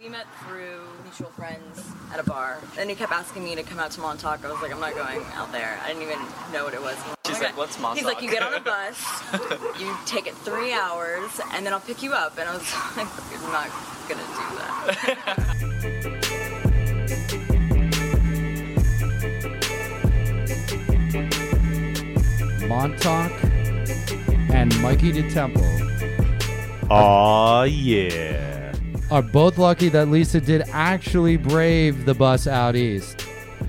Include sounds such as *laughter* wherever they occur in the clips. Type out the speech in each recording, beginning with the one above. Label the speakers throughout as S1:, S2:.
S1: We met through mutual friends at a bar. Then he kept asking me to come out to Montauk. I was like, I'm not going out there. I didn't even know what it was.
S2: She's
S1: Oh my
S2: like,
S1: God.
S2: "What's Montauk?"
S1: He's like, you get on a
S2: *laughs*
S1: bus, you take it three hours, and then I'll pick you up. And I was *laughs* like, I'm not gonna do that.
S3: Montauk and Mikey DeTemple
S4: Aw, yeah.
S3: are both lucky that Lisa did actually brave the bus out east.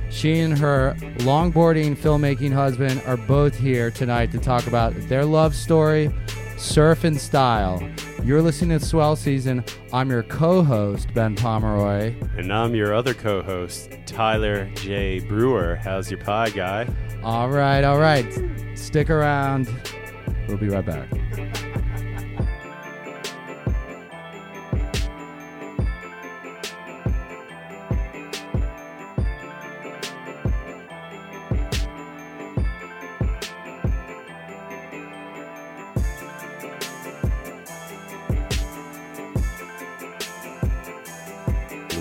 S3: She and her longboarding filmmaking husband are both here tonight to talk about their love story, surf and style. You're listening to Swell Season. I'm your co-host Ben Pomeroy.
S4: And I'm your other co host, Tyler J. Brewer. How's your pie, guy?
S3: All right, all right. Stick around. We'll be right back.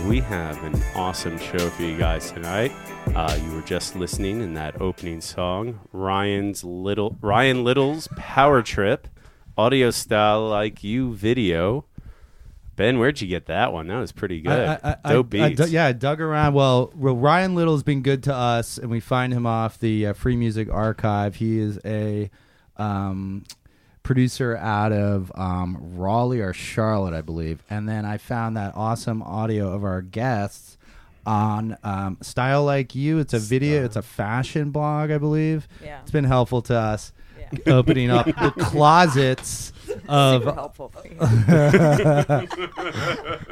S4: We have an awesome show for you guys tonight. Uh, you were just listening in that opening song, Ryan's Little Ryan Little's Power Trip, audio style like you video. Ben, where'd you get that one? That was pretty good. Dope
S3: I- I
S4: beats.
S3: dug- yeah, I dug around. Well, well, Ryan Little's been good to us, and we find him off the uh, Free Music Archive. He is a um, producer out of um, Raleigh or Charlotte, I believe. And then I found that awesome audio of our guests on um, Style Like You. It's a video. It's a fashion blog, I believe.
S5: Yeah.
S3: It's been helpful to us. *laughs* Opening
S5: *laughs*
S3: up the closets of
S5: Super helpful.
S1: *laughs*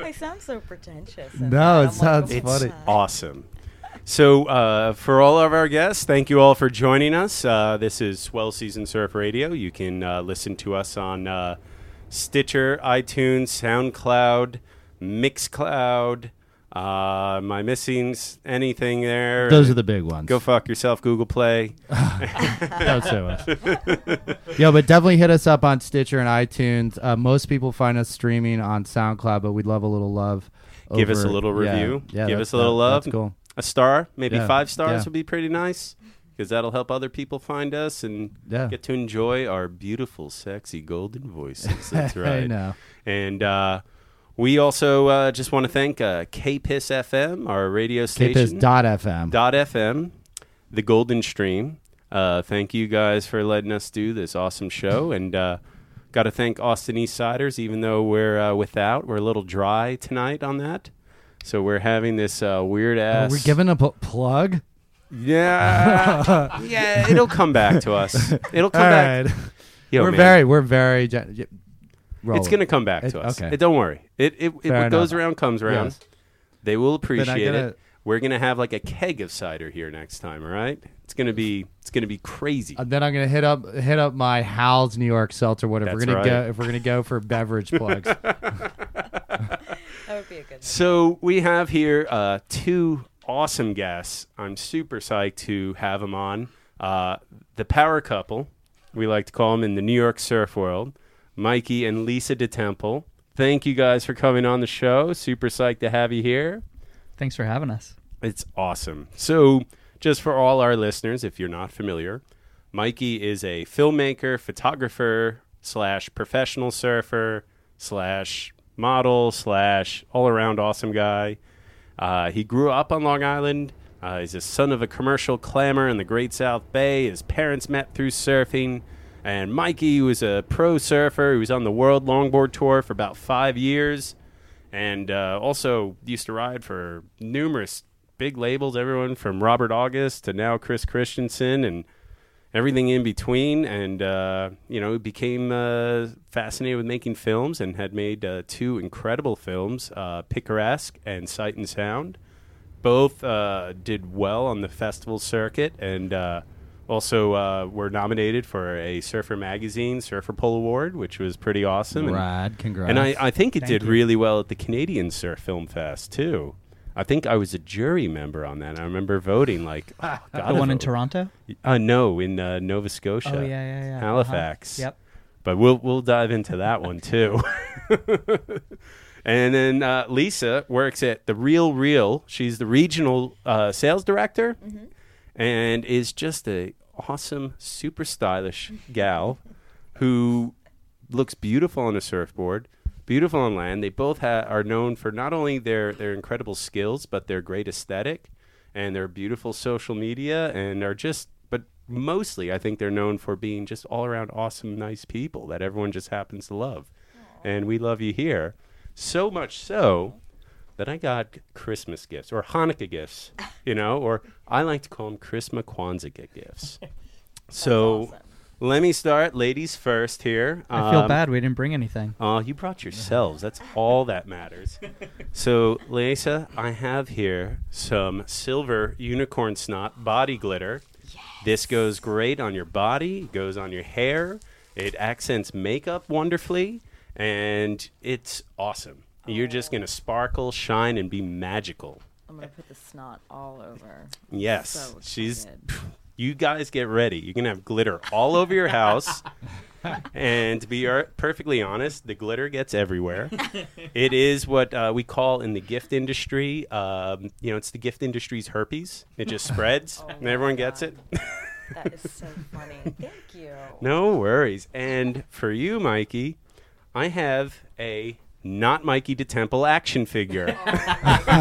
S5: I sound so pretentious. in that.
S3: No, it
S5: I'm like,
S3: sounds
S5: "Oh my
S3: funny.
S5: God."
S4: awesome. So, uh, for all of our guests, thank you all for joining us. Uh, this is Swell Season Surf Radio. You can uh, listen to us on uh, Stitcher, iTunes, SoundCloud, Mixcloud. Uh, am I missing s- anything there?
S3: Those are the big ones.
S4: Go fuck yourself, Google Play.
S3: Don't say Yo, but definitely hit us up on Stitcher and iTunes. Uh, most people find us streaming on SoundCloud, but we'd love a little love.
S4: Give us a
S3: over-
S4: little
S3: yeah,
S4: review.
S3: Yeah,
S4: Give
S3: that-
S4: us a little
S3: that-
S4: love.
S3: That's cool.
S4: A star, maybe
S3: Yeah,
S4: five stars
S3: yeah.
S4: would be pretty nice because that'll help other people find us and
S3: Yeah.
S4: get to enjoy our beautiful, sexy golden
S3: *laughs*
S4: voices. That's
S3: I
S4: right.
S3: know.
S4: And uh, we also uh, just want to thank uh, KPIS FM, our radio station.
S3: KPIS.FM.
S4: Dot FM, the Golden Stream. Uh, thank you guys for letting us do this
S3: *laughs*
S4: awesome show, and uh, got to thank Austin East Siders. Even though we're uh, without, we're a little dry tonight on that, so we're having this uh, weird
S3: Oh,
S4: ass.
S3: we're giving a pl- plug. *laughs*
S4: Yeah, yeah, it'll come back to us. It'll come back. Yo,
S3: we're
S4: man.
S3: very, we're very. Gen- y- roll
S4: It's
S3: it.
S4: going to come back
S3: It-
S4: to us.
S3: Okay.
S4: It- don't worry. It it, it
S3: Fair
S4: what goes
S3: enough.
S4: around comes around.
S3: Yes.
S4: They will appreciate
S3: gotta-
S4: it. We're going to have like a keg of cider here next time, all right? It's going to be it's going to be crazy.
S3: Uh, then I'm gonna hit up hit up my Hal's New York Seltzer. What if we're
S4: That's
S3: gonna
S4: right.
S3: go? If we're gonna go for
S4: *laughs*
S3: beverage plugs,
S4: that would be a good. So we have here uh, two awesome guests. I'm super psyched to have them on. Uh, the power couple, we like to call them in the New York surf world, Mikey and Lisa DeTemple. Thank you guys for coming on the show. Super psyched to have you here.
S6: Thanks for having us.
S4: It's awesome. So, just for all our listeners, if you're not familiar, Mikey is a filmmaker, photographer, slash professional surfer, slash model slash all around awesome guy. Uh, he grew up on Long Island. Uh, he's a son of a commercial clamor in the Great South Bay. His parents met through surfing. And Mikey was a pro surfer. He was on the World Longboard Tour for about five years and uh, also used to ride for numerous big labels, everyone from Robert August to now Chris Christensen and everything in between. And, uh, you know, became uh, fascinated with making films and had made uh, two incredible films, uh, Picaresque and Sight and Sound. Both uh, did well on the festival circuit and uh, also uh, were nominated for a Surfer Magazine Surfer Poll Award, which was pretty awesome. And-
S3: Rad, congrats.
S4: And I, I think it
S3: Thank
S4: did
S3: you.
S4: really well at the Canadian Surf Film Fest, too. I think I was a jury member on that. I remember voting like
S3: *laughs*
S4: oh,
S7: the one in Toronto?
S4: Uh, no, in uh, Nova Scotia.
S7: Oh, yeah, yeah, yeah. Uh-huh.
S4: Halifax.
S7: Yep.
S4: But we'll we'll dive into that one too. *laughs* and then uh, Lisa works at the Real Real. She's the regional uh, sales director, and is just a awesome, super stylish gal who looks beautiful on a surfboard, beautiful on land. They both ha- are known for not only their their incredible skills but their great aesthetic and their beautiful social media and are just but mostly I think they're known for being just all around awesome nice people that everyone just happens to love. And we love you here. So much so that I got Christmas gifts or Hanukkah gifts, you know, or I like to call them Christmas Kwanzaa gi- gifts. so let me start ladies first here.
S7: I feel
S4: Um,
S7: bad we didn't bring anything.
S4: Oh, you brought yourselves. That's all that matters. So, Lisa, I have here some silver unicorn snot body glitter. This goes great on your body, goes on your hair. It accents makeup wonderfully, and it's awesome. You're just going to sparkle, shine, and be magical.
S1: I'm gonna put the snot all over.
S4: Yes.
S1: So
S4: She's. You guys get ready. You're going to have glitter all over your house. and to be ar- perfectly honest, the glitter gets everywhere. it is what uh, we call in the gift industry, um, you know, it's the gift industry's herpes. It just spreads and everyone gets it.
S1: Oh
S4: *laughs*
S1: that is so funny. Thank you.
S4: No worries. And for you, Mikey, I have a not Mikey to Temple action figure.
S1: Oh.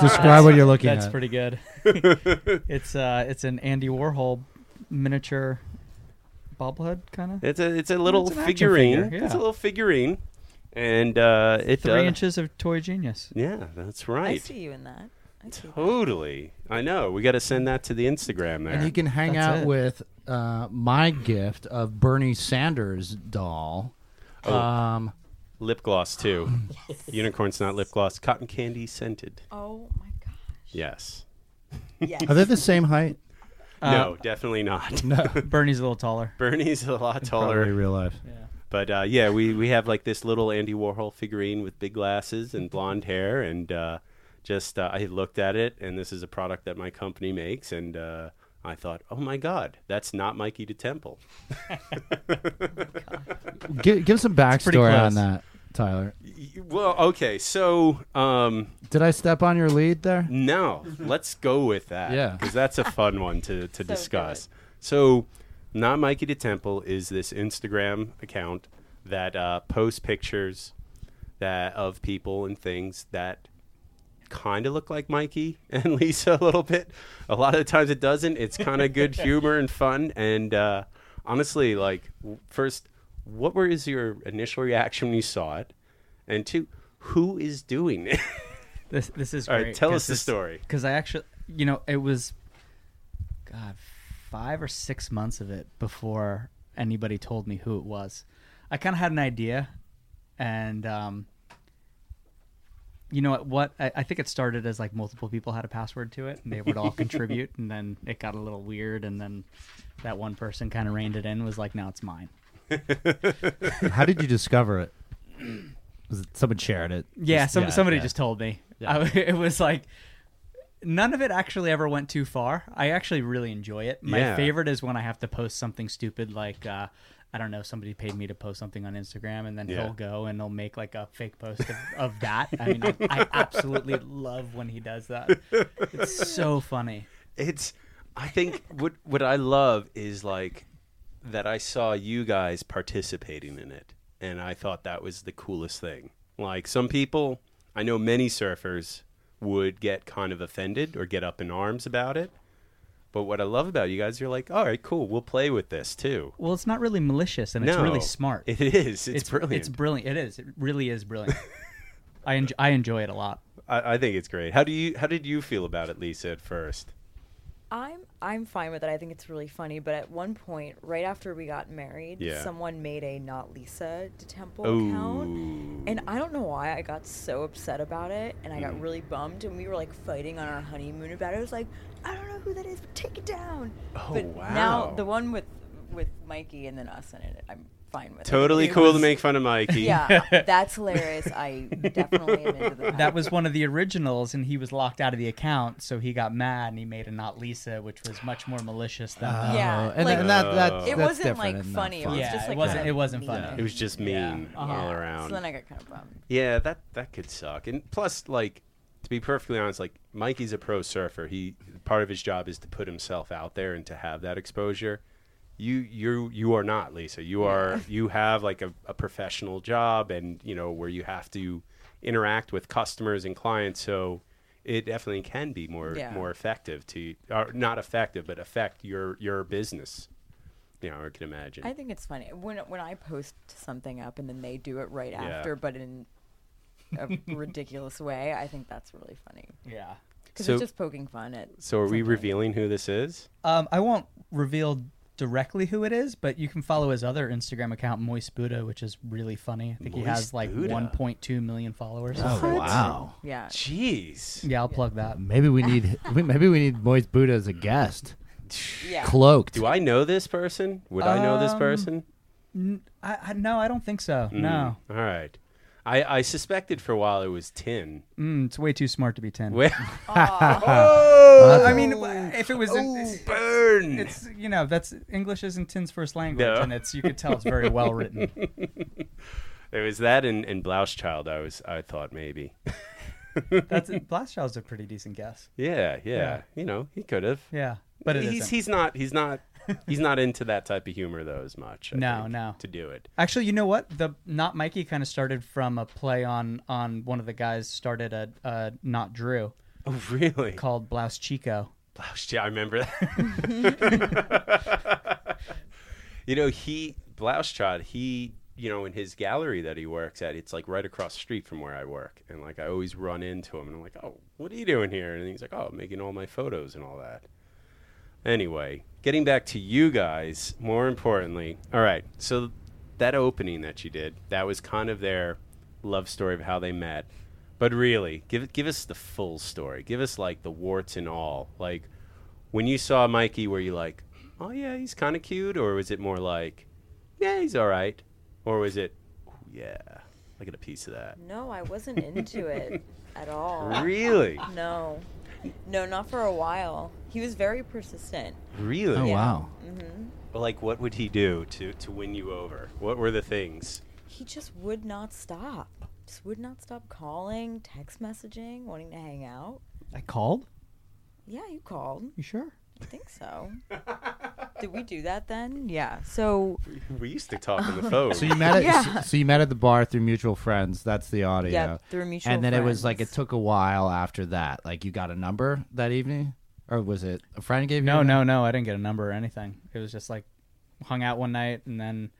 S3: Describe what you're looking
S7: That's
S3: at.
S7: pretty good. it's uh, it's an Andy Warhol miniature bobblehead kind of.
S4: It's a it's a little
S7: an action
S4: figurine.
S7: figure,
S4: It's a
S7: yeah.
S4: little figurine, and uh, it
S7: Three
S4: uh,
S7: inches of toy genius.
S4: Yeah, that's right.
S1: I see you in that. I see
S4: Totally. I know. We got to send that to the Instagram there.
S2: And you can hang out with uh, my gift of Bernie Sanders doll.
S4: Oh.
S2: Um,
S4: lip gloss too. Unicorn's not lip gloss. Cotton candy scented.
S1: Oh my
S4: Yes.
S1: Yes.
S3: Are they the same height?
S4: no, definitely not. No.
S7: Bernie's a little taller.
S4: *laughs* Bernie's a lot taller.
S3: Probably real life.
S4: But uh, yeah, we, we have like this little Andy Warhol figurine with big glasses and blonde hair, and uh, just uh, I looked at it, and this is a product that my company makes, and uh, I thought, oh my god, that's not Mikey to Temple.
S3: Give, give some
S4: It's pretty
S3: backstory on
S4: close.
S3: that, Tyler.
S4: Well, okay, so um,
S3: Did I step on your lead there?
S4: Now, let's go with that.
S3: Yeah.
S4: Because that's a fun one to, to discuss. So, Not Mikey to Temple is this Instagram account that uh, posts pictures that of people and things that kind of look like Mikey *laughs* and Lisa a little bit. A lot of the times it doesn't. It's kind of good humor and fun. And uh, honestly, like, w- first, what was your initial reaction when you saw it? And two, who is doing it? *laughs*
S7: This this is
S4: All right,
S7: great.
S4: tell us the story.
S7: Because I actually, you know, it was, God, five or six months of it before anybody told me who it was. I kind of had an idea, and um, you know what? What I, I think it started as like multiple people had a password to it, and they would
S4: *laughs*
S7: all contribute, and then it got a little weird, and then that one person kind of reined it in, was like, "Now it's mine."
S3: *laughs* How did you discover it? Was it someone shared it?
S7: Yeah, some, somebody
S3: yeah.
S7: just told me. I- *laughs* it was like none of it actually ever went too far. I actually really enjoy it. My
S3: Yeah.
S7: favorite is when I have to post something stupid, like uh, I don't know, somebody paid me to post something on Instagram, and then
S4: Yeah.
S7: he'll go and he'll make like a fake post of, of that. I mean, I, I absolutely love when he does that. It's so funny.
S4: It's I think what what I love is like that I saw you guys participating in it and I thought that was the coolest thing. Like some people, I know many surfers would get kind of offended or get up in arms about it. But what I love about you guys, you're like, all right, cool, we'll play with this too.
S7: Well, it's not really malicious and it's
S4: No,
S7: really smart.
S4: it is. It's brilliant.
S7: It's brilliant. It is. It really is brilliant.
S4: *laughs*
S7: I enjoy, I enjoy it a lot.
S4: I, I think it's great. How do you? How did you feel about it, Lisa? At first,
S5: I'm I'm fine with it. I think it's really funny. But at one point, right after we got married,
S4: Yeah.
S5: someone made a not Lisa DeTemple
S4: Ooh.
S5: account, and I don't know why I got so upset about it, and I got
S4: Mm.
S5: really bummed, and we were like fighting on our honeymoon about it. I was like, I don't know who that is, but take it down.
S4: Oh,
S5: but
S4: wow.
S5: Now the one with with Mikey and then us in it, I'm fine with. it.
S4: totally
S5: It
S4: cool to
S5: was-
S4: make fun of
S5: *laughs*
S4: Mikey. *laughs*
S5: Yeah, that's hilarious. I definitely am into that.
S7: That was one of the originals, and he was locked out of the account, so he got mad and he made a not Lisa, which was much more malicious than that.
S5: *laughs*
S4: Ah.
S5: Yeah,
S2: and- like- and that- that-
S5: it
S2: that's
S5: wasn't
S2: different
S5: like
S2: and not
S5: funny. It was
S7: Yeah,
S5: just
S7: it
S5: like
S7: wasn't-
S5: kind
S7: it
S5: of
S7: wasn't
S5: mean.
S7: funny.
S4: It was just mean all around.
S5: Uh-huh. So then I got kind of bummed.
S4: Yeah, that that could suck. And plus, like, to be perfectly honest, like Mikey's a pro surfer. He part of his job is to put himself out there and to have that exposure. You you you are not Lisa. You are you have like a, a professional job, and you know where you have to interact with customers and clients. So it definitely can be more
S5: Yeah.
S4: more effective to or not effective, but affect your your business. You know, I can imagine.
S5: I think it's funny when when I post something up and then they do it right
S4: Yeah.
S5: after, but in
S7: *laughs*
S5: a ridiculous way. I think that's really funny.
S7: Yeah,
S5: because
S4: So-
S5: it's just poking fun at.
S4: so are we revealing who this is?
S7: Um, I won't reveal directly who it is, but you can follow his other Instagram account, Moist Buddha, which is really funny. I think he has
S4: Moist
S7: like
S4: Buddha.
S7: 1.2 million followers.
S2: Oh, What? wow.
S5: Yeah.
S4: Jeez.
S7: Yeah, I'll plug that.
S2: Maybe we need *laughs* we- maybe we need Moist Buddha as a guest.
S7: Yeah.
S2: Cloaked.
S4: Do I know this person? Would I know this
S7: Um,
S4: person?
S7: N- I, I, no, I don't think so. No.
S4: Mm, All right. I, I suspected for a while it was Tin.
S7: Mm, it's way too smart to be 10. *laughs*
S4: Wait.
S7: oh, I mean, if it was. it's,
S4: burn.
S7: It's, you know, that's English isn't Tin's first language,
S4: Oh. No.
S7: and it's you could tell it's very well
S4: *laughs*
S7: written.
S4: It was that and, and Blauschild. I was I thought maybe.
S7: That's Blastchild's a pretty decent guess.
S4: Yeah, yeah.
S7: Yeah.
S4: You know he could have.
S7: Yeah, but it
S4: he's
S7: isn't.
S4: he's not
S7: *laughs*
S4: he's not he's not into that type of humor though as much. I
S7: No,
S4: think,
S7: no.
S4: To do it.
S7: Actually, you know what? The not Mikey kind of started from a play on on one of the guys started a, a not Drew.
S4: Oh, really?
S7: Called Blouse Chico.
S4: Blausch, yeah, Oh, I remember that. you know, he Blauschad, he you know, in his gallery that he works at, it's like right across the street from where I work. And like I always run into him and I'm like, Oh, what are you doing here? And he's like, Oh, making all my photos and all that. Anyway, getting back to you guys, more importantly, all right, so that opening that you did, that was kind of their love story of how they met. But really, give give us the full story. Give us like the warts and all. Like when you saw Mikey, were you like, "Oh yeah, he's kind of cute," or was it more like, "Yeah, he's all right," or was it, "Oh yeah, I get a piece of that."
S5: No, I wasn't into
S7: *laughs*
S5: it at all.
S4: Really?
S5: No, no, not for a while. He was very persistent.
S4: Really?
S7: Oh,
S5: Yeah.
S4: Mm-hmm.
S5: Mhm.
S4: But like, what would he do to to win you over? What were the things?
S5: He just would not stop. Just would not stop calling, text messaging, wanting to hang out.
S7: I called.
S5: Yeah, you called.
S7: You sure?
S5: I think
S7: *laughs*
S5: so. Did we do that then? Yeah. So
S4: we used to talk
S5: *laughs*
S4: on the phone.
S7: Oh.
S3: So you met at
S5: Yeah.
S3: so you met at the bar through mutual friends. That's the audio.
S5: Yep, through mutual
S3: And then it was like it took a while after that. Like you got a number that evening, or was it a friend gave you?
S7: No,
S3: a
S7: no, no. I didn't get a number or anything. It was just like hung out one night and then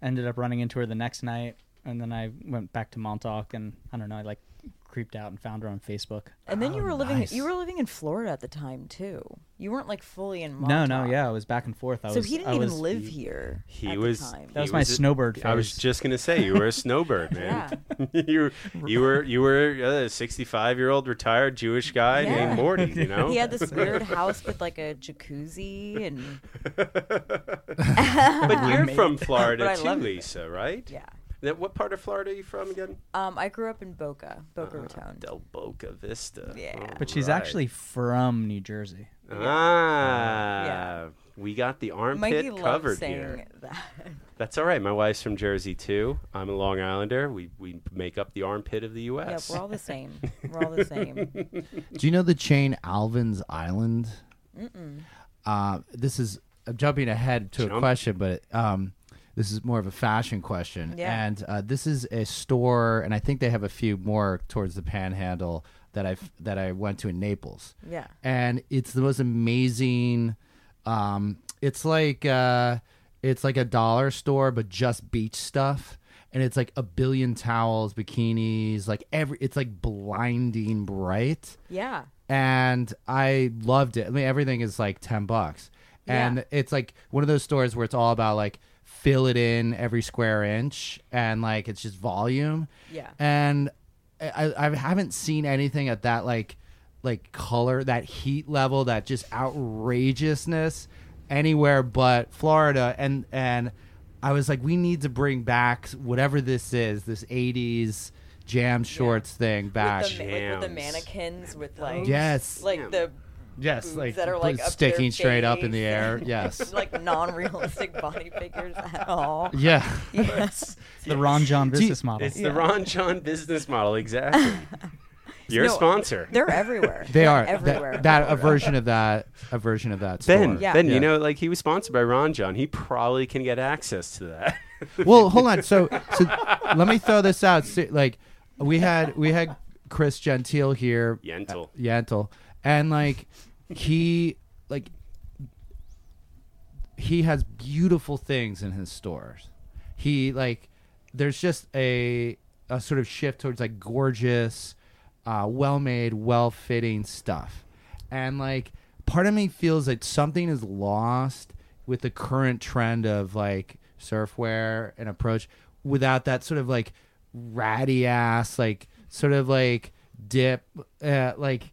S7: ended up running into her the next night. And then I went back to Montauk and I don't know. I like creeped out and found her on Facebook.
S5: And then you were living you were living in Florida at the time too. You weren't like fully in
S7: No,
S5: Montauk.
S7: no, yeah, I was back and forth. I
S5: So
S7: was,
S5: he didn't
S7: I
S5: even
S7: was-
S5: live here.
S4: He
S5: at the
S4: was.
S5: time.
S7: That was
S4: he
S7: my snowbird
S4: I was
S7: phase.
S4: just gonna say you were
S5: *laughs*
S4: a snowbird, man. *laughs* you you were you were a sixty-five-year-old retired Jewish guy named Morty.
S7: *laughs*
S4: You know.
S5: He had this weird house with like a jacuzzi and
S4: but you're from
S5: *laughs*
S4: Florida
S5: But I
S4: too,
S5: loved it.
S4: Lisa, right?
S5: Yeah.
S4: Then what part of Florida are you from again?
S5: Um, I grew up in Boca, Boca Raton.
S4: Del Boca Vista. Yeah.
S7: But she's actually from New Jersey.
S4: Ah.
S7: Yeah.
S4: We got the armpit
S5: Mikey
S4: covered
S5: loves saying
S4: here.
S5: that. *laughs*
S4: That's all right. My wife's from Jersey too. I'm a Long Islander. We we make up the armpit of the
S5: Yeah,
S4: U.S.
S5: we're all the same. We're all the *laughs* same.
S3: Do you know the chain Alvin's Island?
S5: Mm-mm.
S3: Uh, this is I'm jumping ahead to a
S4: Jump.
S3: question, but um, This is more of a fashion question.
S5: Yeah.
S3: And uh, this is a store, and I think they have a few more towards the Panhandle that I that I went to in Naples.
S5: Yeah.
S3: And it's the most amazing. Um, it's like uh, it's like a dollar store, but just beach stuff. And it's like a billion towels, bikinis, like every. It's like blinding bright
S5: Yeah.
S3: and I loved it. I mean, everything is like ten bucks, and
S5: Yeah.
S3: it's like one of those stores where it's all about like fill it in every square inch, and like it's just volume.
S5: Yeah.
S3: and I, I haven't seen anything at that like like color, that heat level, that just outrageousness anywhere but Florida, and and. I was like, we need to bring back whatever this is, this '80s jam shorts thing back.
S5: With the, ma- like, with the mannequins with like
S3: Yes.
S5: like the
S3: Yes,
S5: boobs
S3: like,
S5: Mm, that are
S3: b-
S5: like up to
S3: sticking
S5: their
S3: straight up in the
S5: face
S3: air,
S5: and, *laughs*
S3: yes.
S5: like non-realistic body figures at all.
S3: Yeah.
S5: yes.
S7: The Ron John business model.
S4: *laughs* It's the Ron John business
S5: *laughs*
S4: model, exactly. Your
S5: No, *laughs*
S4: sponsor.
S5: They're everywhere.
S3: *laughs* They
S5: They're
S3: are Th-
S5: everywhere.
S3: that a version of that a version of that. Store.
S4: Then, then you know, like he was sponsored by Ron John. He probably can get access to that.
S7: *laughs*
S3: *laughs*
S4: *laughs*
S3: well, hold on. So, so let me throw this out. So, like, we had we had Chris Gentile here,
S7: Uh,
S4: Yentl.
S3: Yentl, and like he like he has beautiful things in his stores. He like there's just a a sort of shift towards like gorgeous, uh, well made, well fitting stuff, and like part of me feels like something is lost with the current trend of like surfwear and approach without that sort of like ratty ass like sort of like dip uh, like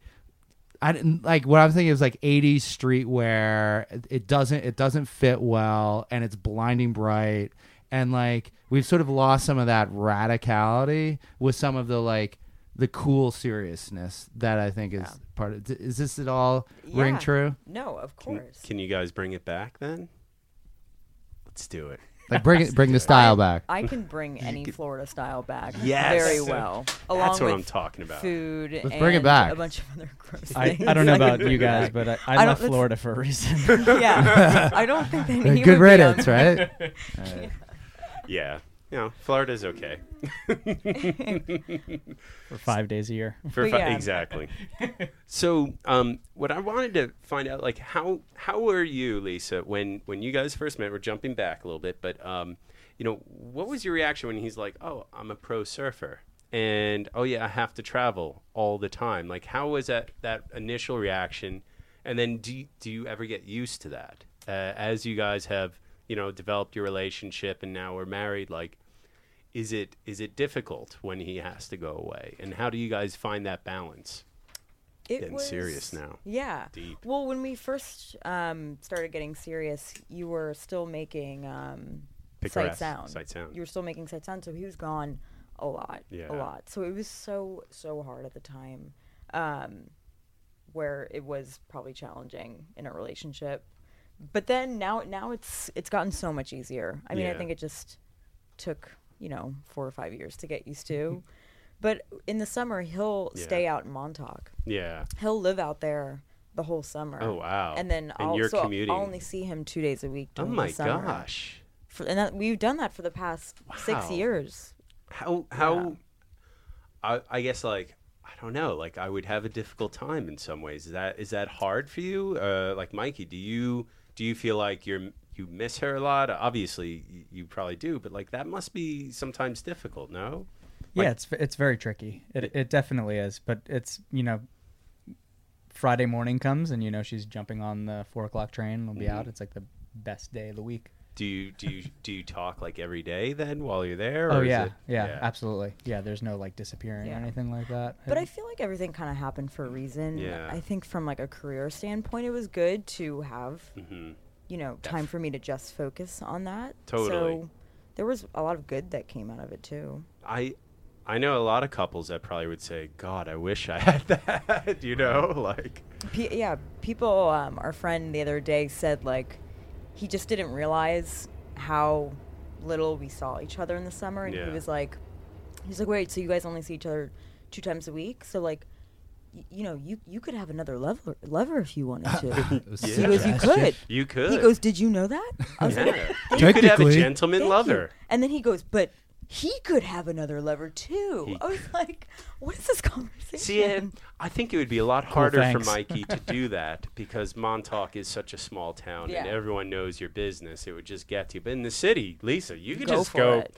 S3: I didn't like what I'm thinking is like 80s streetwear. It- It doesn't it doesn't fit well, and it's blinding bright, and like we've sort of lost some of that radicality with some of the like the cool seriousness that I think is part of. Is this at all ring
S5: Yeah.
S3: true?
S5: No, of
S4: Can-
S5: course.
S4: Can you guys bring it back then? Let's do it.
S5: *laughs*
S3: Like bring it, bring the style back.
S4: *laughs*
S5: I can bring any Florida style back
S4: Yes.
S5: very well.
S4: That's
S5: Along
S4: what
S5: with
S4: I'm talking about.
S5: Food.
S3: Let's bring it
S5: and
S3: back.
S5: A bunch of other *laughs* gross
S7: I,
S5: things.
S7: I don't know
S5: I can *laughs*
S7: about you
S5: bring
S7: guys,
S5: back.
S7: but I,
S5: don't-
S7: I left
S5: that's-
S7: Florida for a reason.
S5: yeah, I don't think they
S3: They're
S5: need
S3: good riddance,
S5: ratings, *laughs*
S3: right?
S4: Yeah. You know, Florida's okay.
S7: for five days a year. *laughs*
S4: For fi- exactly. so, um, what I wanted to find out, like, how how were you, Lisa, when when you guys first met? We're jumping back a little bit, but um, you know, what was your reaction when he's like, "Oh, I'm a pro surfer," and "Oh yeah, I have to travel all the time." Like, how was that that initial reaction? And then, do you, do you ever get used to that uh, as you guys have you know developed your relationship and now we're married? Like, is it is it difficult when he has to go away and how do you guys find that balance
S5: It
S4: Getting serious now.
S5: Yeah.
S4: Deep.
S5: Well, when we first um, started getting serious, you were still making um, sight
S4: Picaresque,
S5: sound.
S4: Sight Sound.
S5: You were still making sight sound, so he was gone a lot,
S4: Yeah.
S5: a lot. So it was so so hard at the time, um, where it was probably challenging in a relationship. But then now now it's it's gotten so much easier. I mean, I
S6: Yeah.
S5: think it just took you know four or five years to get used
S4: *laughs*
S5: to. But in the summer, he'll
S4: Yeah.
S5: stay out in Montauk.
S4: yeah
S5: He'll live out there the whole summer.
S4: Oh, wow.
S5: And then
S4: And
S5: I'll,
S4: you're
S5: so I'll-
S4: commuting.
S5: I'll only see him two days a week.
S4: Oh
S5: During
S4: my
S5: the summer.
S4: gosh.
S5: For, and that, we've done that for the past six
S4: Wow.
S5: years.
S4: how how I, I guess like i don't know like i would have a difficult time in some ways is that is that hard for you uh, like mikey do you do you feel like you're you miss her a lot obviously y- you probably do but like that must be sometimes difficult no
S7: yeah, it's it's very tricky. It it definitely is, but it's you know, Friday morning comes and you know she's jumping on the four o'clock train and will be
S4: Mhm.
S7: out. It's like the best day of the week.
S4: do you do you do you talk like every day then while you're there
S7: oh
S4: or is
S7: yeah,
S4: it-
S7: yeah, absolutely. Yeah, there's no like disappearing
S5: Yeah.
S7: or anything like that.
S5: But I feel like everything kind of happened for a reason.
S7: Yeah.
S5: I think from like a career standpoint, it was good to have,
S4: Mm-hmm.
S5: you know, time for me to just focus on that.
S4: Totally.
S5: So there was a lot of good that came out of it too.
S4: I I know a lot of couples that probably would say, "God, I wish I *laughs* had that." you know, like
S5: Pe yeah, people. Um, our friend the other day said like he just didn't realize how little we saw each other in the summer, and
S6: Yeah.
S5: he was like, he's like, wait, so you guys only see each other two times a week? So like, y- you know, you you could have another lover, lover if you wanted to. *laughs*
S4: Yeah.
S5: He goes, you could.
S4: You
S5: He
S4: could.
S5: goes, did you know that? I was
S4: Yeah.
S5: like, "Thank
S4: You could have a
S5: Technically.
S4: gentleman
S5: Thank you."
S4: lover.
S5: And then he goes, but he could have another lover too.
S4: He
S5: I was like, what is this conversation?
S4: See, and I think it would be a lot harder for
S7: thanks.
S4: Mikey to do that because Montauk is such a small town and
S5: Yeah.
S4: everyone knows your business. It would just get to you. But in the city, Lisa, you could
S7: Go
S4: just
S7: for
S4: go.
S7: it.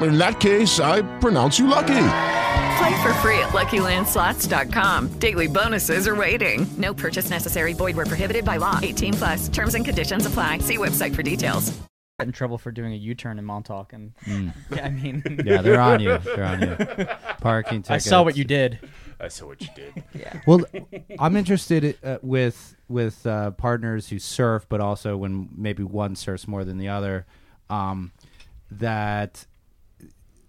S8: In that case, I pronounce you lucky.
S9: Play for free at LuckyLandSlots.com. Daily bonuses are waiting. No purchase necessary. Void were prohibited by law. 18 plus. Terms and conditions apply. See website for details.
S7: got in trouble for doing a U-turn in Montauk, and yeah, *laughs* I mean,
S3: Yeah, they're on *laughs* you. They're on you. Parking
S7: I saw what
S3: tickets.
S7: you did.
S4: I saw what you did.
S7: yeah.
S3: well, I'm interested uh, with with uh, partners who surf, but also when maybe one surfs more than the other. Um, that,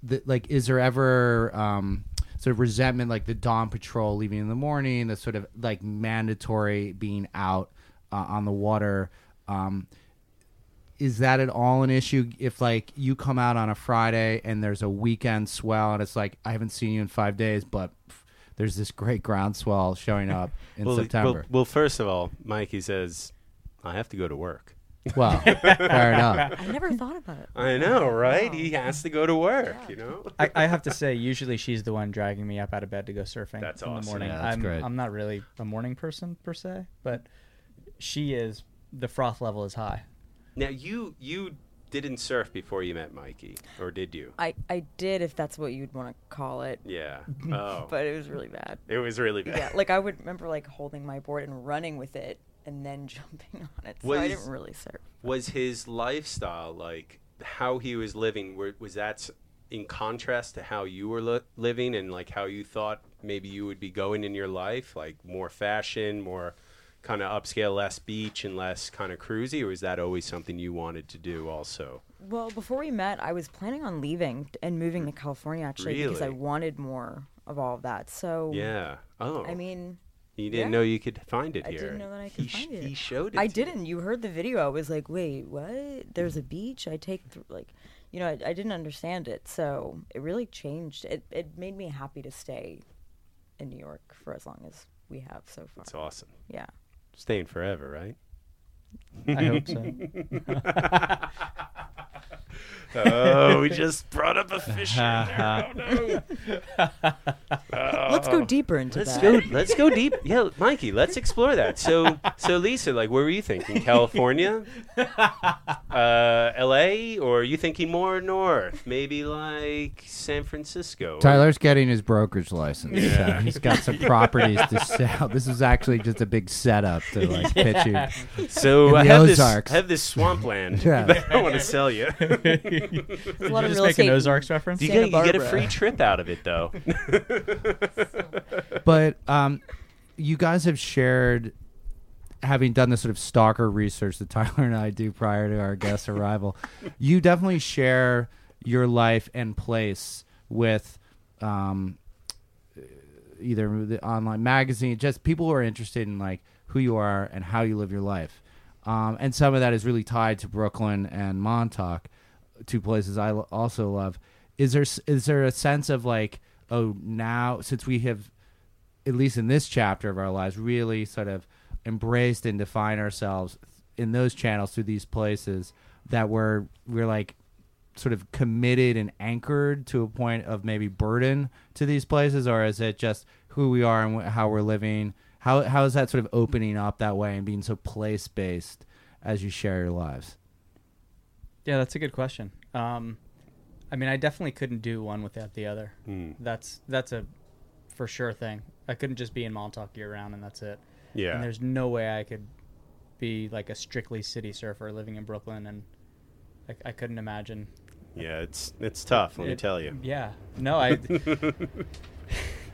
S3: that like, is there ever um, sort of resentment, like the dawn patrol leaving in the morning, the sort of like mandatory being out uh, on the water? Um, is that at all an issue if like you come out on a Friday and there's a weekend swell and it's like I haven't seen you in five days, but pff, there's this great groundswell showing up in
S4: well, Well,
S3: September.
S4: well, first of all, Mikey says, I have to go to work.
S3: Well, fair enough.
S5: I never thought about it. *laughs*
S4: I know, right? He has to go to work, you know?
S7: I, I have to say, usually she's the one dragging me up out of bed to go surfing.
S4: That's
S7: in the
S4: awesome.
S7: morning.
S4: Yeah, that's
S7: I'm,
S4: great.
S7: I'm not really a morning person per se, but she is. The froth level is high.
S4: Now, you you didn't surf before you met Mikey, or did you?
S5: I, I did, if that's what you'd want to call it. *laughs*
S4: Yeah. Oh.
S5: but it was really bad.
S4: It was really bad.
S5: Yeah, like I would remember like holding my board and running with it and then *laughs* jumping on it. So I
S4: Was-
S5: didn't really surf.
S4: Was his lifestyle, like how he was living, were, was that s- in contrast to how you were li- living and like how you thought maybe you would be going in your life? Like more fashion, more kind of upscale, less beach and less kind of cruisy? Or was that always something you wanted to do also?
S5: Well, before we met, I was planning on leaving t- and moving to California actually because I
S4: Really?
S5: wanted more of all of that. So
S4: Yeah. Oh.
S5: I mean,
S4: You didn't
S5: yeah.
S4: know you could find it
S5: I
S4: here.
S5: didn't know that I could find it. He
S4: showed
S5: I didn't. You heard the video. I was like, wait, what? There's a beach. I take th- like, you know, I, I didn't understand it. So it really changed. It it made me happy to stay in New York for as long as we have so far.
S4: It's awesome.
S5: Yeah.
S4: Staying
S5: *laughs*
S4: forever, right?
S7: I hope
S4: *laughs*
S7: so.
S4: oh, we just brought up a fish. in there. Oh, no.
S5: Let's go deeper into
S4: let's
S5: that.
S4: Go, let's go deep. Yeah, Mikey, let's explore that. So, so Lisa, like, where were you thinking?
S5: *laughs*
S4: California, uh, L.A., or are you thinking more north? Maybe like San Francisco.
S3: Tyler's getting his broker's license.
S4: Yeah.
S3: So he's got some properties to sell. This is actually just a big setup to like
S4: Yeah.
S3: pitch you.
S4: So
S3: in
S4: I
S3: the
S4: have
S3: Ozarks.
S4: this have this
S3: *laughs*
S4: swampland
S3: Yeah.
S4: that I want to sell you.
S7: a lot Did you of just real make an estate in Ozarks reference?
S4: You
S7: Santa
S4: get, you get a
S7: Barbara.
S4: free trip out of it though.
S3: *laughs*
S4: *laughs*
S3: but um, you guys have shared having done this sort of stalker research that Tyler and I do prior to our guest arrival. You definitely share your life and place with um, either the online magazine, just people who are interested in like who you are and how you live your life. Um, and some of that is really tied to Brooklyn and Montauk, two places I l- also love. Is there s- is there a sense of like oh now since we have at least in this chapter of our lives really sort of embraced and defined ourselves in those channels through these places that we're we're like sort of committed and anchored to a point of maybe burden to these places, or is it just who we are and wh- how we're living? How how is that sort of opening up that way and being so place based as you share your lives?
S7: Yeah, that's a good question. Um, I mean, I definitely couldn't do one without the other.
S4: Mm.
S7: That's that's a for sure thing. I couldn't just be in Montauk year round and that's it.
S4: Yeah.
S7: And there's no way I could be like a strictly city surfer living in Brooklyn, and I, I couldn't imagine.
S4: Yeah, it's it's tough. Let me
S7: It-
S4: tell you.
S7: Yeah. No,
S4: *laughs*
S7: I. *laughs*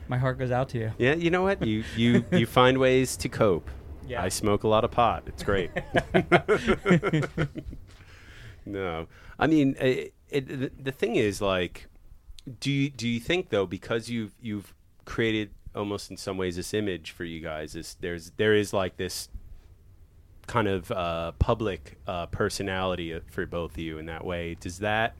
S7: my heart goes out to you.
S4: Yeah, you know what? You you you find ways to cope.
S7: Yeah.
S4: I smoke a lot of pot. It's great. *laughs* no, I mean, it, it, the- the thing is, like, do you do you think though, because you've you've created almost in some ways this image for you guys is there's there is like this kind of uh, public uh, personality for both of you in that way. Does that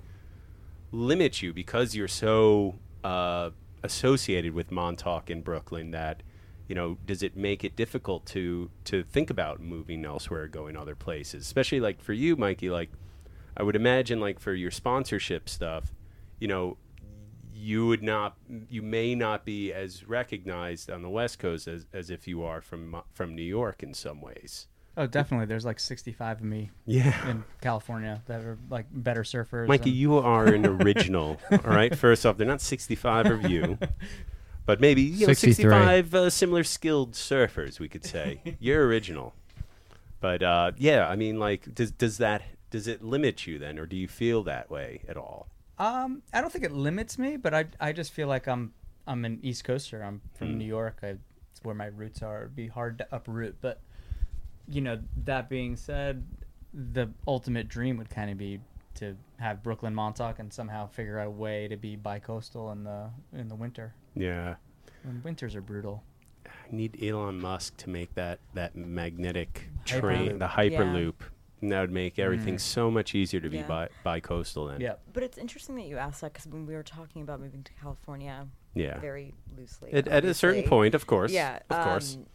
S4: limit you because you're so uh, associated with Montauk and Brooklyn that you know does it make it difficult to to think about moving elsewhere, going other places? Especially like for you, Mikey. Like I would imagine, like for your sponsorship stuff, you know, you would not you may not be as recognized on the West Coast as, as if you are from Mo- from New York in some ways.
S7: Oh, definitely. There's like 65 of me.
S4: Yeah.
S7: In California, that are like better surfers.
S4: Mikey,
S7: and-
S4: you
S7: *laughs*
S4: are an original. all right. First off, they're not 65
S7: *laughs*
S4: of you, but maybe you know,
S2: 63.
S4: 65 uh, similar skilled surfers. We
S7: *laughs*
S4: could say you're original. But uh, yeah, I mean, like, does does that does it limit you then, or do you feel that way at all?
S7: Um, I don't think it limits me, but I I just feel like I'm I'm an East Coaster. I'm from
S4: Mm.
S7: New York. I, it's where my roots are. It'd be hard to uproot, but you know, that being said, the ultimate dream would kind of be to have Brooklyn Montauk and somehow figure out a way to be bicoastal in the in the winter.
S4: Yeah,
S7: When winters are brutal.
S4: I need Elon Musk to make that that magnetic
S7: Hyperloop.
S4: train, the
S7: Yeah.
S4: hyperloop, and that would make everything
S7: Mm.
S4: so much easier to be
S5: Yeah.
S4: bi- bi-coastal then.
S5: But it's interesting that you asked that because when we were talking about moving to California,
S4: Yeah.
S5: very loosely.
S4: At- at a certain
S5: obviously.
S4: point, of course,
S5: Yeah,
S4: of course.
S5: um,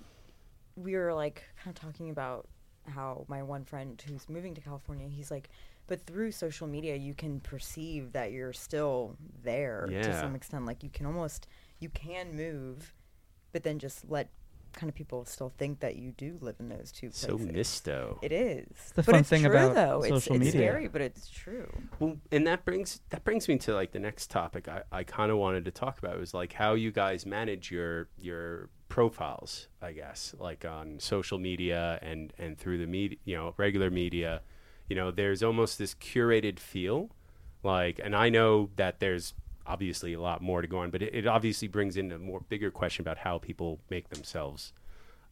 S5: We were like kind of talking about how my one friend who's moving to California, he's like, but through social media, you can perceive that you're still there to
S4: Yeah.
S5: some extent. Like you can almost, you can move, but then just let kind of people still think that you do live in those two places.
S4: So misto.
S5: It is.
S7: the
S5: but
S7: fun
S5: it's
S7: thing
S5: true,
S7: about
S5: though. It's-
S7: social
S5: it's,
S7: media.
S5: scary, but it's true.
S4: Well, and that brings that brings me to like the next topic I, I kind of wanted to talk about was like how you guys manage your your profiles, I guess, like on social media and and through the media, you know, regular media. You know, there's almost this curated feel, like, and I know that there's obviously a lot more to go on, but it, it obviously brings in a more bigger question about how people make themselves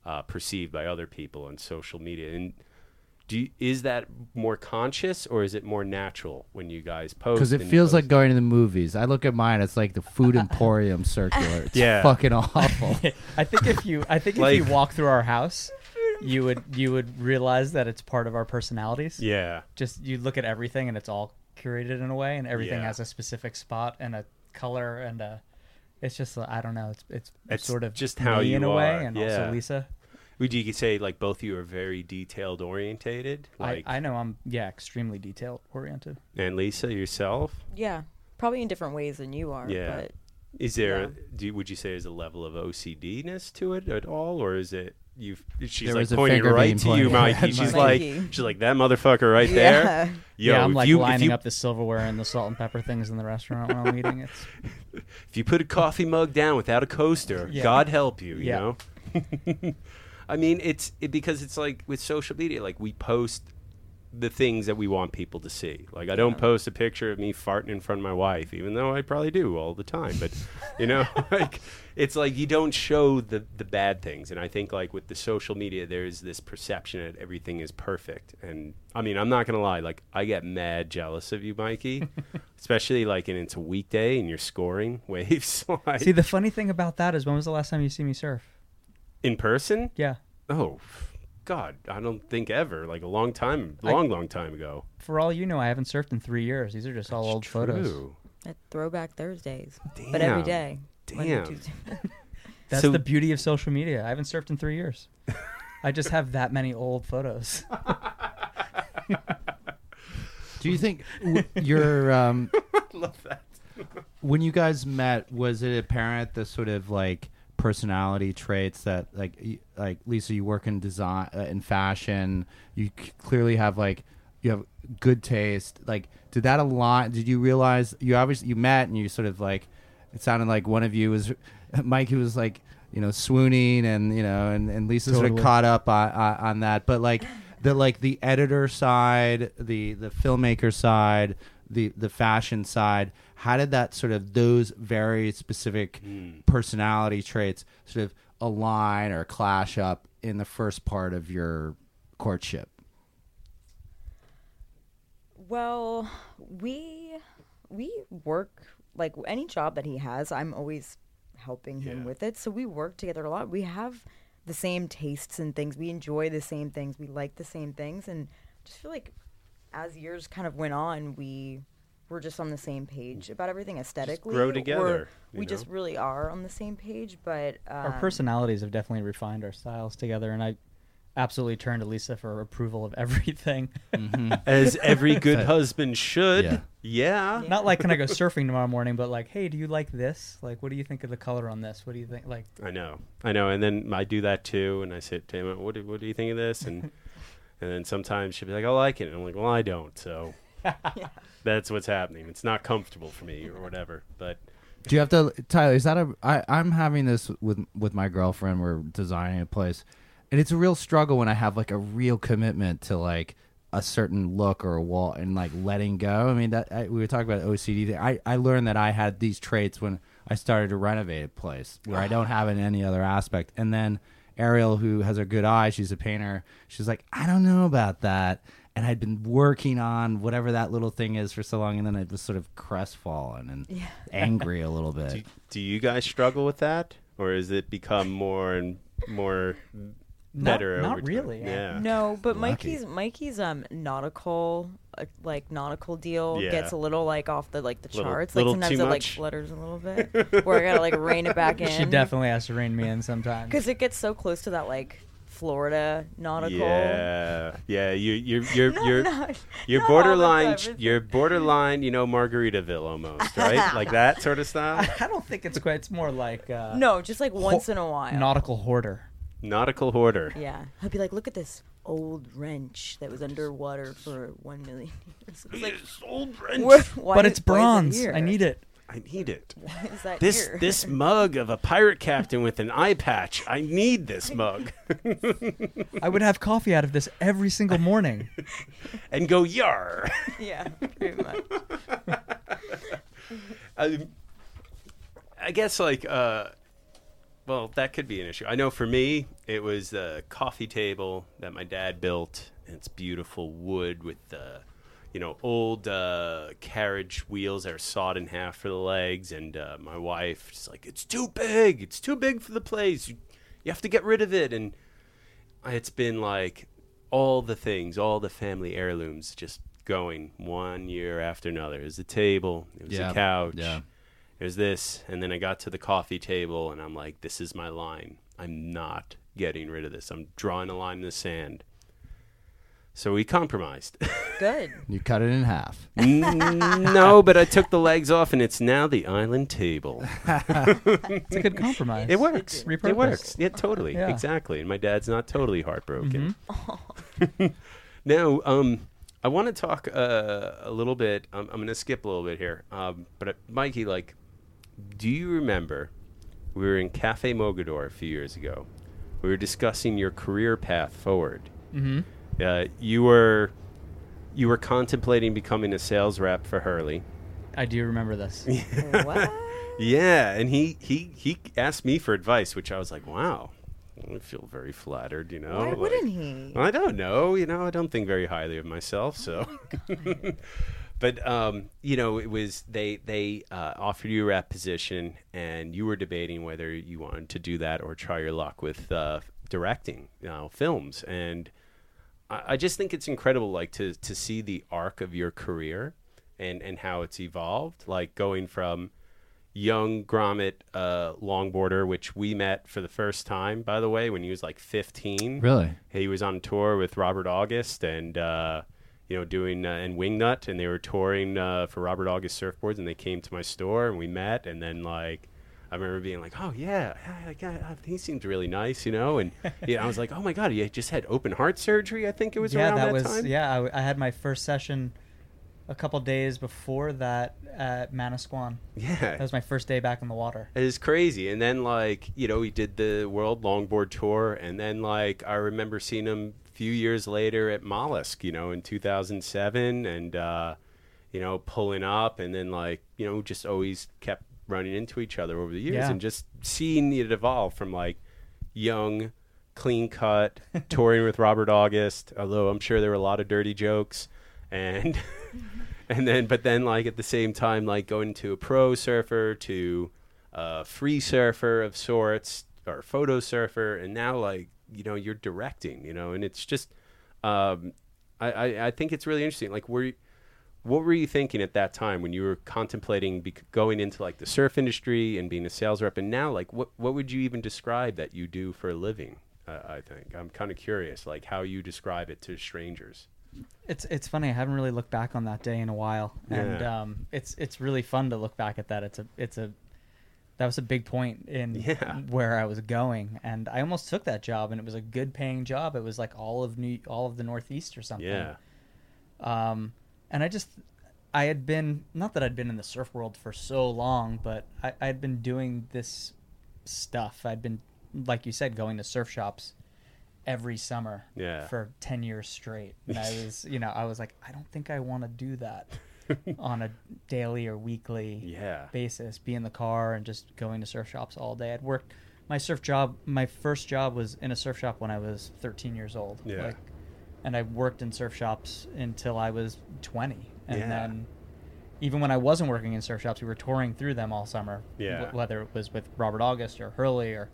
S4: uh, perceived by other people on social media and. Do you, is that more conscious or is it more natural when you guys post?
S2: Because it
S4: and
S2: feels
S4: post?
S2: like going to the movies. I look at mine; it's like the food emporium circular. It's
S4: Yeah.
S2: fucking awful.
S7: I think if you I think if
S4: Like-
S7: you walk through our
S5: *laughs*
S7: house, you would you would realize that it's part of our personalities.
S4: Yeah.
S7: Just you look at everything and it's all curated in a way and everything
S4: Yeah.
S7: has a specific spot and a color and a it's just uh, I don't know, it's it's,
S4: It's
S7: sort of
S4: just how
S7: me
S4: you
S7: in a
S4: are.
S7: way and also
S4: Yeah.
S7: Lisa.
S4: Would you say like both of you are very detailed orientated? Like
S7: I, I know I'm yeah, extremely detail oriented.
S4: and Lisa yourself?
S5: Yeah, probably in different ways than you are.
S4: yeah.
S5: But
S4: is there
S5: yeah.
S4: do you, would you say there's a level of OCD ness to it at all or is it you've she's
S2: There
S4: like
S2: was a
S4: pointing
S2: finger
S4: right
S2: being
S4: to you,
S2: pointed
S4: Mikey.
S2: at
S4: She's
S2: Mikey.
S4: like she's like that motherfucker right there. Yo,
S7: yeah, I'm
S4: if
S7: like
S4: you, if
S7: lining
S4: you-
S7: up the silverware and the salt and pepper things in the restaurant while I'm eating
S4: *laughs*
S7: it.
S4: if you put a coffee mug down without a coaster,
S7: Yeah.
S4: God help you, you
S7: Yeah.
S4: know? *laughs* I mean, it's it, because it's like with social media, like we post the things that we want people to see. Like I don't post a picture of me farting in front of my wife, even though I probably do all the time, but you know, *laughs* like it's like you don't show the the bad things. And I think like with the social media there's this perception that everything is perfect. And I mean, I'm not going to lie, like I get mad jealous of you,
S7: *laughs*
S4: Mikey, especially like and it's a weekday and you're scoring *laughs* waves like
S7: See the funny thing about that is when was the last time you see me surf?
S4: in person?
S7: Yeah.
S4: Oh, God, I don't think ever. Like a long time,
S7: I-
S4: long, long time ago.
S7: For all you know, I haven't surfed in three years. These are just all old photos.
S4: True.
S5: at Throwback Thursdays, but every day.
S4: Damn.
S5: Monday,
S4: Damn.
S5: Tuesday.
S7: That's
S4: So-
S7: the *laughs* beauty of social media. I haven't surfed in three years. I just have that many old
S4: *laughs*
S7: photos.
S2: Do you think w-
S4: *laughs*
S2: your um,
S4: Love that. *laughs*
S2: when you guys met was it apparent the sort of like personality traits that like y- like Lisa you work in design uh, in fashion you c- clearly have like you have good taste. Like, did that align? Did you realize you obviously you met and you sort of like it sounded like one of you was *laughs* Mike who was like you know swooning and you know and and Lisa sort of
S3: Totally.
S2: caught up on, on, on that, but like the like the editor side, the the filmmaker side, the the fashion side. How did that sort of those very specific personality traits sort of align or clash up in the first part of your courtship?
S5: Well, we we work like any job that he has. I'm always helping him with it, so we work together a lot. We have the same tastes and things. We enjoy the same things. We like the same things, and just feel like as years kind of went on, we were just on the same page about everything aesthetically. or
S4: together, you
S5: We just
S4: know?
S5: really are on the same page, but um,
S7: our personalities have definitely refined our styles together, and I absolutely turn to Lisa for approval of *laughs* everything.
S4: As every good husband should.
S7: Yeah.
S4: Yeah.
S7: Not like can I go surfing tomorrow morning, but like, hey, do you like this? Like, what do you think of the color on this? What do you think? Like,
S4: I know, I know. And then I do that too, and I say, "Damn it, what do, what do you think of this?" And and then sometimes she'll be like, "I like it," and I'm like, "Well, I don't." So that's what's happening. It's not comfortable for me or whatever. But
S3: Do you have to, Tyler? Is that a? I, I'm having this with with my girlfriend. We're designing a place, and it's a real struggle when I have like a real commitment to like a certain look or a wall and like letting go. I mean, that I, we were talking about OCD. thing. I I learned that I had these traits when I started to renovate a place where I don't have it in any other aspect, and then. Ariel, who has a good eye, she's a painter. She's like, I don't know about that. And I'd been working on whatever that little thing is for so long, and then I was sort of crestfallen and angry a little bit.
S4: do, do you guys struggle with that, or is it become more and more better?
S5: not
S4: over time?
S5: really,
S4: Yeah.
S5: No, but
S4: Lucky.
S5: Mikey's Mikey's um nautical uh, like nautical deal
S4: Yeah.
S5: gets a little like off the like the
S7: Little-
S5: charts.
S7: little
S5: like sometimes
S7: too
S5: it like
S7: much.
S5: flutters a little
S4: *laughs*
S5: bit, where I gotta like rein it back
S7: *laughs* she
S5: in
S7: definitely has to rein me in sometimes.
S5: because it gets so close to that like Florida nautical. *laughs*
S4: Yeah, yeah. You, you, you're, you're,
S5: not-
S4: you're
S5: not all the
S4: borderline.
S5: time.
S4: You're borderline. You know, Margaritaville
S5: *laughs*
S4: almost, right? like that sort of style.
S7: *laughs* I don't think it's quite. It's more like uh,
S5: No, just like once in a while.
S7: nautical hoarder.
S4: Nautical hoarder.
S5: Yeah, I'd be like, look at this old wrench that was underwater for one million years. *laughs* It's like
S4: old
S7: but it's bronze. I need it.
S4: I need it.
S5: *laughs* Why is that
S4: This
S5: here?
S4: this mug of a pirate captain with an eye patch. I need
S5: *laughs*
S4: this mug.
S7: I would have coffee out of this every single
S4: *laughs*
S7: morning.
S4: and go yar.
S5: *laughs* yeah, pretty much.
S4: I, I guess like uh, well, that could be an issue. I know for me, it was the coffee table that my dad built. And it's beautiful wood with the you know old uh, carriage wheels that are sawed in half for the legs. And uh, my wife is like, "It's too big. It's too big for the place. You, you have to get rid of it." And it's been like all the things, all the family heirlooms just going one year after another. It was the table, it was
S3: Yeah,
S4: the couch,
S3: yeah.
S4: it was this. And then I got to the coffee table and I'm like, this is my line. I'm not getting rid of this. I'm drawing a line in the sand. So we compromised. *laughs*
S5: Good.
S3: You cut it in half.
S4: no, but I took the legs off and it's now the island table.
S7: It's *laughs* a good compromise.
S4: It works.
S7: Repurposed.
S4: It works. Yeah, totally.
S7: Yeah.
S4: Exactly. And my dad's not totally heartbroken. Mm-hmm. *laughs* now, um, I want to talk uh, a little bit. I'm, I'm going to skip a little bit here. Um, but uh, Mikey, like, do you remember we were in Cafe Mogador a few years ago? We were discussing your career path forward.
S7: Mhm.
S4: Uh, you were you were contemplating becoming a sales rep for Hurley.
S7: I do remember this.
S5: what?
S4: Yeah, and he he he asked me for advice, which I was like, wow, I feel very flattered, you know.
S5: Why
S4: like-
S5: wouldn't he?
S4: I don't know, you know, I don't think very highly of myself, so.
S5: Oh
S4: *laughs* but um, you know, it was they they uh, offered you a rep position, and you were debating whether you wanted to do that or try your luck with uh, directing you know, films and. I I just think it's incredible, like to to see the arc of your career and and how it's evolved, like going from young grommet uh, longboarder, which we met for the first time, by the way, when he was like fifteen.
S3: Really?
S4: he was on tour with Robert August and. Uh, you know, doing uh, and Wingnut, and they were touring uh, for Robert August surfboards, and they came to my store, and we met, and then like I remember being like, oh yeah, I- I- I- he seemed really nice, you know, and yeah, I was like, oh my god, he had just had open heart surgery. I think it was
S7: yeah,
S4: around that,
S7: was
S4: time.
S7: yeah. I, w- I had my first session a couple days before that at Manasquan.
S4: Yeah.
S7: that was my first day back in the water.
S4: It is crazy. And then like, you know, he did the world longboard tour and then like I remember seeing him a few years later at Mollusk, you know, in two thousand seven and uh, you know, pulling up and then like, you know, just always kept running into each other over the years
S7: Yeah.
S4: and just seeing it evolve from like young, clean cut, touring with Robert August, although I'm sure there were a lot of dirty jokes and *laughs* and then but then like at the same time like going to a pro surfer to a free surfer of sorts or photo surfer and now like you know you're directing you know and it's just um i i, I think it's really interesting like were you- what were you thinking at that time when you were contemplating bec- going into like the surf industry and being a sales rep and now like what what would you even describe that you do for a living uh, i think i'm kind of curious like how you describe it to strangers
S7: It's it's funny. I haven't really looked back on that day in a while, and
S4: Yeah.
S7: um, it's it's really fun to look back at that. It's a it's a that was a big point in where I was going, and I almost took that job, and it was a good paying job. It was like all of New all of the Northeast or something.
S4: Yeah.
S7: Um, and I just I had been not that I'd been in the surf world for so long, but I, I had been doing this stuff. I'd been like you said, going to surf shops every summer
S4: Yeah.
S7: for 10 years straight and i
S4: *laughs*
S7: was you know i was like i don't think i want to do that on a daily or weekly
S4: Yeah.
S7: basis be in the car and just going to surf shops all day i'd worked my surf job my first job was in a surf shop when i was 13 years old
S4: Yeah.
S7: and i worked in surf shops until i was 20 and
S4: Yeah.
S7: then even when i wasn't working in surf shops we were touring through them all summer
S4: Yeah.
S7: wh- whether it was with robert august or hurley or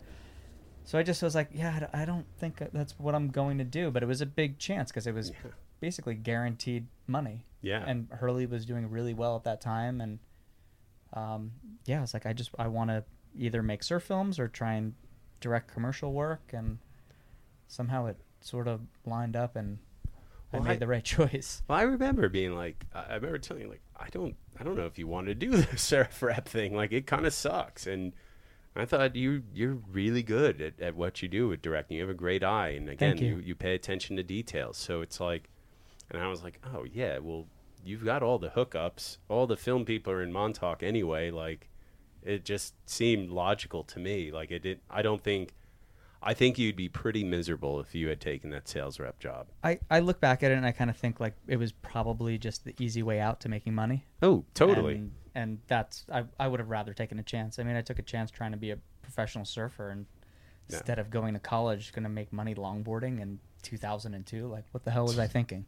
S7: so I just was like, yeah, I d- I don't think that's what I'm going to do. But it was a big chance because it was basically guaranteed money.
S4: Yeah.
S7: And Hurley was doing really well at that time, and um, yeah, it's like I just I want to either make surf films or try and direct commercial work, and somehow it sort of lined up, and I
S4: Well,
S7: made
S4: I-
S7: the right *laughs* choice.
S4: Well, I remember being like, I I remember telling you like, I don't, I don't know if you want to do *laughs* the surf rap thing. Like, it kind of sucks. And I thought you, you're really good at, at what you do with directing. You have a great eye, and again,
S7: Thank you.
S4: you. You, pay attention to details. So it's like, and I was like, oh yeah, well, you've got all the hookups. All the film people are in Montauk anyway. Like, it just seemed logical to me. Like, it did. I don't think. I think you'd be pretty miserable if you had taken that sales rep job.
S7: I, I look back at it and I kind of think like it was probably just the easy way out to making money.
S4: Oh, totally.
S7: And, and that's I, I would have rather taken a chance. I mean, I took a chance trying to be a professional surfer and
S4: Yeah.
S7: instead of going to college, going to make money longboarding in 2002. Like, what the hell was I thinking?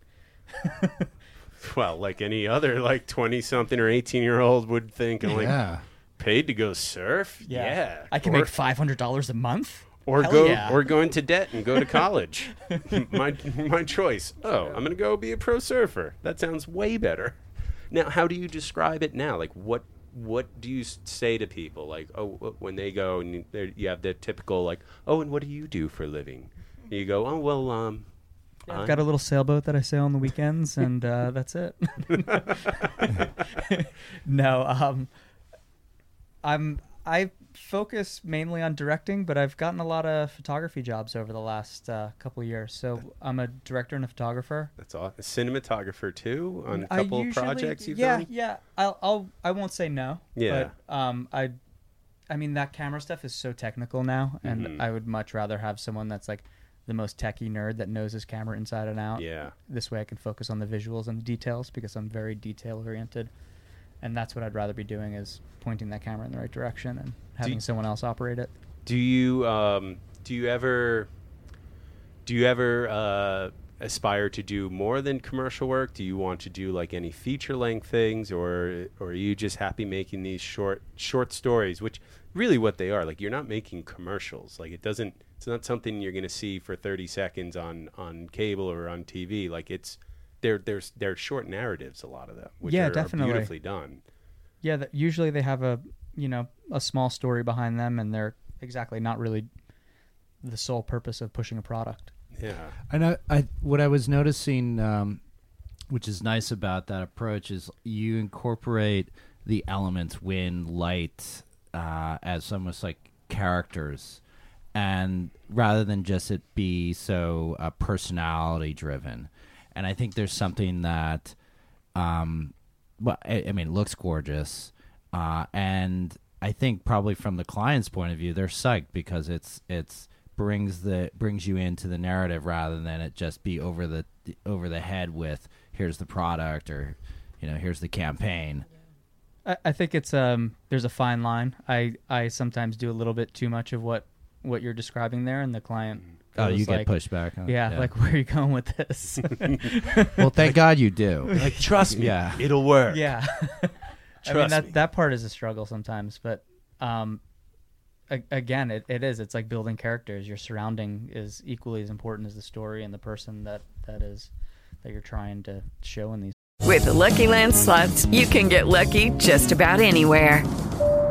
S4: *laughs* well, like any other like twenty something or eighteen year old would think, I'm
S7: Yeah.
S4: like paid to go surf. Yeah,
S7: I can
S4: or,
S7: make five hundred dollars a month.
S4: or
S7: Hell
S4: go
S7: yeah.
S4: or go into debt and go
S7: *laughs*
S4: to college. my my choice. Oh, I'm gonna go be a pro surfer. That sounds way better. Now, how do you describe it now? Like what? What do you s- say to people like, oh, wh- when they go and you- they're- you have the typical like, oh, and what do you do for a living? And you go, oh, well, um,
S7: I've
S4: I'm-
S7: got a little sailboat that I sail on the weekends, and uh, *laughs* that's it. no, um, I'm I focus mainly on directing, but I've gotten a lot of photography jobs over the last uh, couple of years. So I'm a director and a photographer.
S4: that's all. Cinematographer too on a
S7: I
S4: couple of
S7: usually-
S4: projects you've
S7: yeah,
S4: done.
S7: Yeah, I'll, I'll I won't say no.
S4: Yeah.
S7: But um, I, I mean that camera stuff is so technical now, and
S4: Mhm.
S7: I would much rather have someone that's like the most techie nerd that knows his camera inside and out.
S4: Yeah.
S7: This way I can focus on the visuals and the details because I'm very detail oriented, and that's what I'd rather be doing is pointing that camera in the right direction and having
S4: you-
S7: someone else operate it.
S4: Do you um, do you ever do you ever uh, aspire to do more than commercial work? Do you want to do like any feature length things, or or are you just happy making these short short stories? Which really what they are like you're not making commercials. Like it doesn't it's not something you're going to see for 30 seconds on on cable or on TV. Like it's they're they're they're short narratives a lot of them, which
S7: Yeah,
S4: are, are
S7: definitely.
S4: beautifully done.
S7: Yeah, that usually they have a you know a small story behind them, and they're exactly not really the sole purpose of pushing a product.
S4: Yeah.
S2: And I, I what I was noticing, um, which is nice about that approach, is you incorporate the elements: wind, light,
S3: uh, as almost like characters, and rather than just it be so uh, personality driven. And I think there's something that, um, well, I, I mean, it looks gorgeous, uh, and I think probably from the client's point of view, they're psyched because it's it's brings the brings you into the narrative rather than it just be over the over the head with here's the product or you know here's the campaign.
S7: I, I think it's um there's a fine line. I I sometimes do a little bit too much of what what you're describing there, and the client.
S3: Oh,
S7: goes
S3: you
S7: like,
S3: get pushback, huh?
S7: Yeah,
S3: Yeah.
S7: like *laughs* where are you going with this?
S3: Well, thank God you do.
S7: *laughs*
S4: Like, trust me,
S3: Yeah.
S4: it'll work.
S7: Yeah, I mean
S4: Trust
S7: that
S4: me.
S7: that part is a struggle sometimes, but um, a- again, it, it is. It's like building characters. Your surrounding is equally as important as the story and the person that that is that you're trying to show in these.
S5: With the Lucky Land slots, you can get lucky just about anywhere.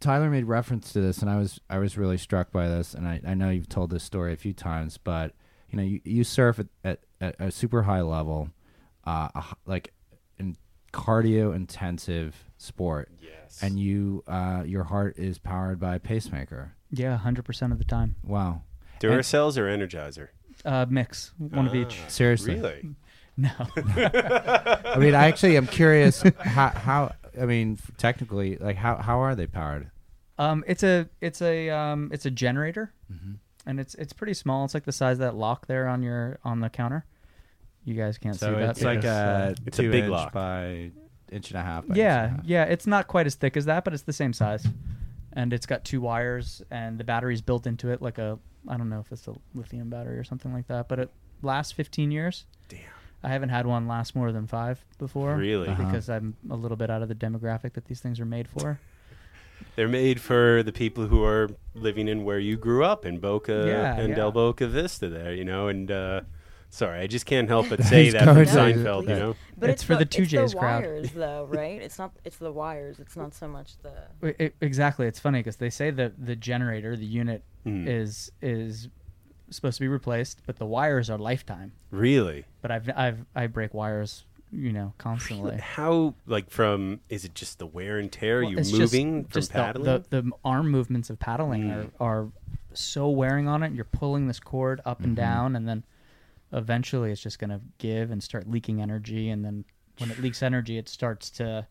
S3: Tyler made reference to this, and I was I was really struck by this. And I, I know you've told this story a few times, but you know you, you surf at, at, at a super high level, uh, a h- like in cardio intensive sport. Yes. And you uh, your heart is powered by a pacemaker.
S7: Yeah, hundred percent of the time.
S3: Wow. And-
S4: Duracells or Energizer?
S7: Uh, mix one of each.
S4: Ah,
S3: Seriously.
S4: Really?
S7: *laughs* No.
S3: I mean, I actually am *laughs* curious how, how I mean f- technically like how how are they powered?
S7: Um, it's a it's a um, it's a generator, and it's it's pretty small. It's like the size of that lock there on your on the counter. You guys can't
S3: So
S7: see that.
S3: it's like
S7: because,
S3: a
S7: uh,
S3: two inch by inch and a half. By inch and a
S7: yeah,
S3: half.
S7: yeah. It's not quite as thick as that, but it's the same size, and it's got two wires, and the battery's built into it like a I don't know if it's a lithium battery or something like that, but it lasts 15 years. Damn. I haven't had one last more than five before.
S4: Really? Uh-huh.
S7: Because I'm a little bit out of the demographic that these things are made for.
S4: They're made for the people who are living in where you grew up in Boca
S7: Yeah,
S4: and
S7: yeah.
S4: Del Boca Vista there, you know, and uh sorry, I just
S7: *laughs*
S4: can't help but say
S7: He's
S4: that from
S7: going to-
S4: Seinfeld, you
S7: Please.
S4: know.
S7: But It's it's for the- the two
S10: it's
S7: J's
S10: the
S7: crowd.
S10: wires, though, right? It's not. It's the wires. It's not so much the.
S7: I- I- E, exactly. It's funny because they say that the generator, the unit,
S4: Mm.
S7: is is supposed to be replaced, but the wires are lifetime.
S4: Really?
S7: But I've I've I break wires, you know, constantly.
S4: How like from is it just the wear and tear?
S7: Well,
S4: you
S7: it's just-
S4: moving from
S7: just the-
S4: paddling?
S7: The, the, arm movements of paddling
S4: Mm.
S7: are, are so wearing on it. You're pulling this cord up and
S4: Mhm.
S7: down, and then eventually it's just going to give and start leaking energy. And then when it leaks energy, it starts to.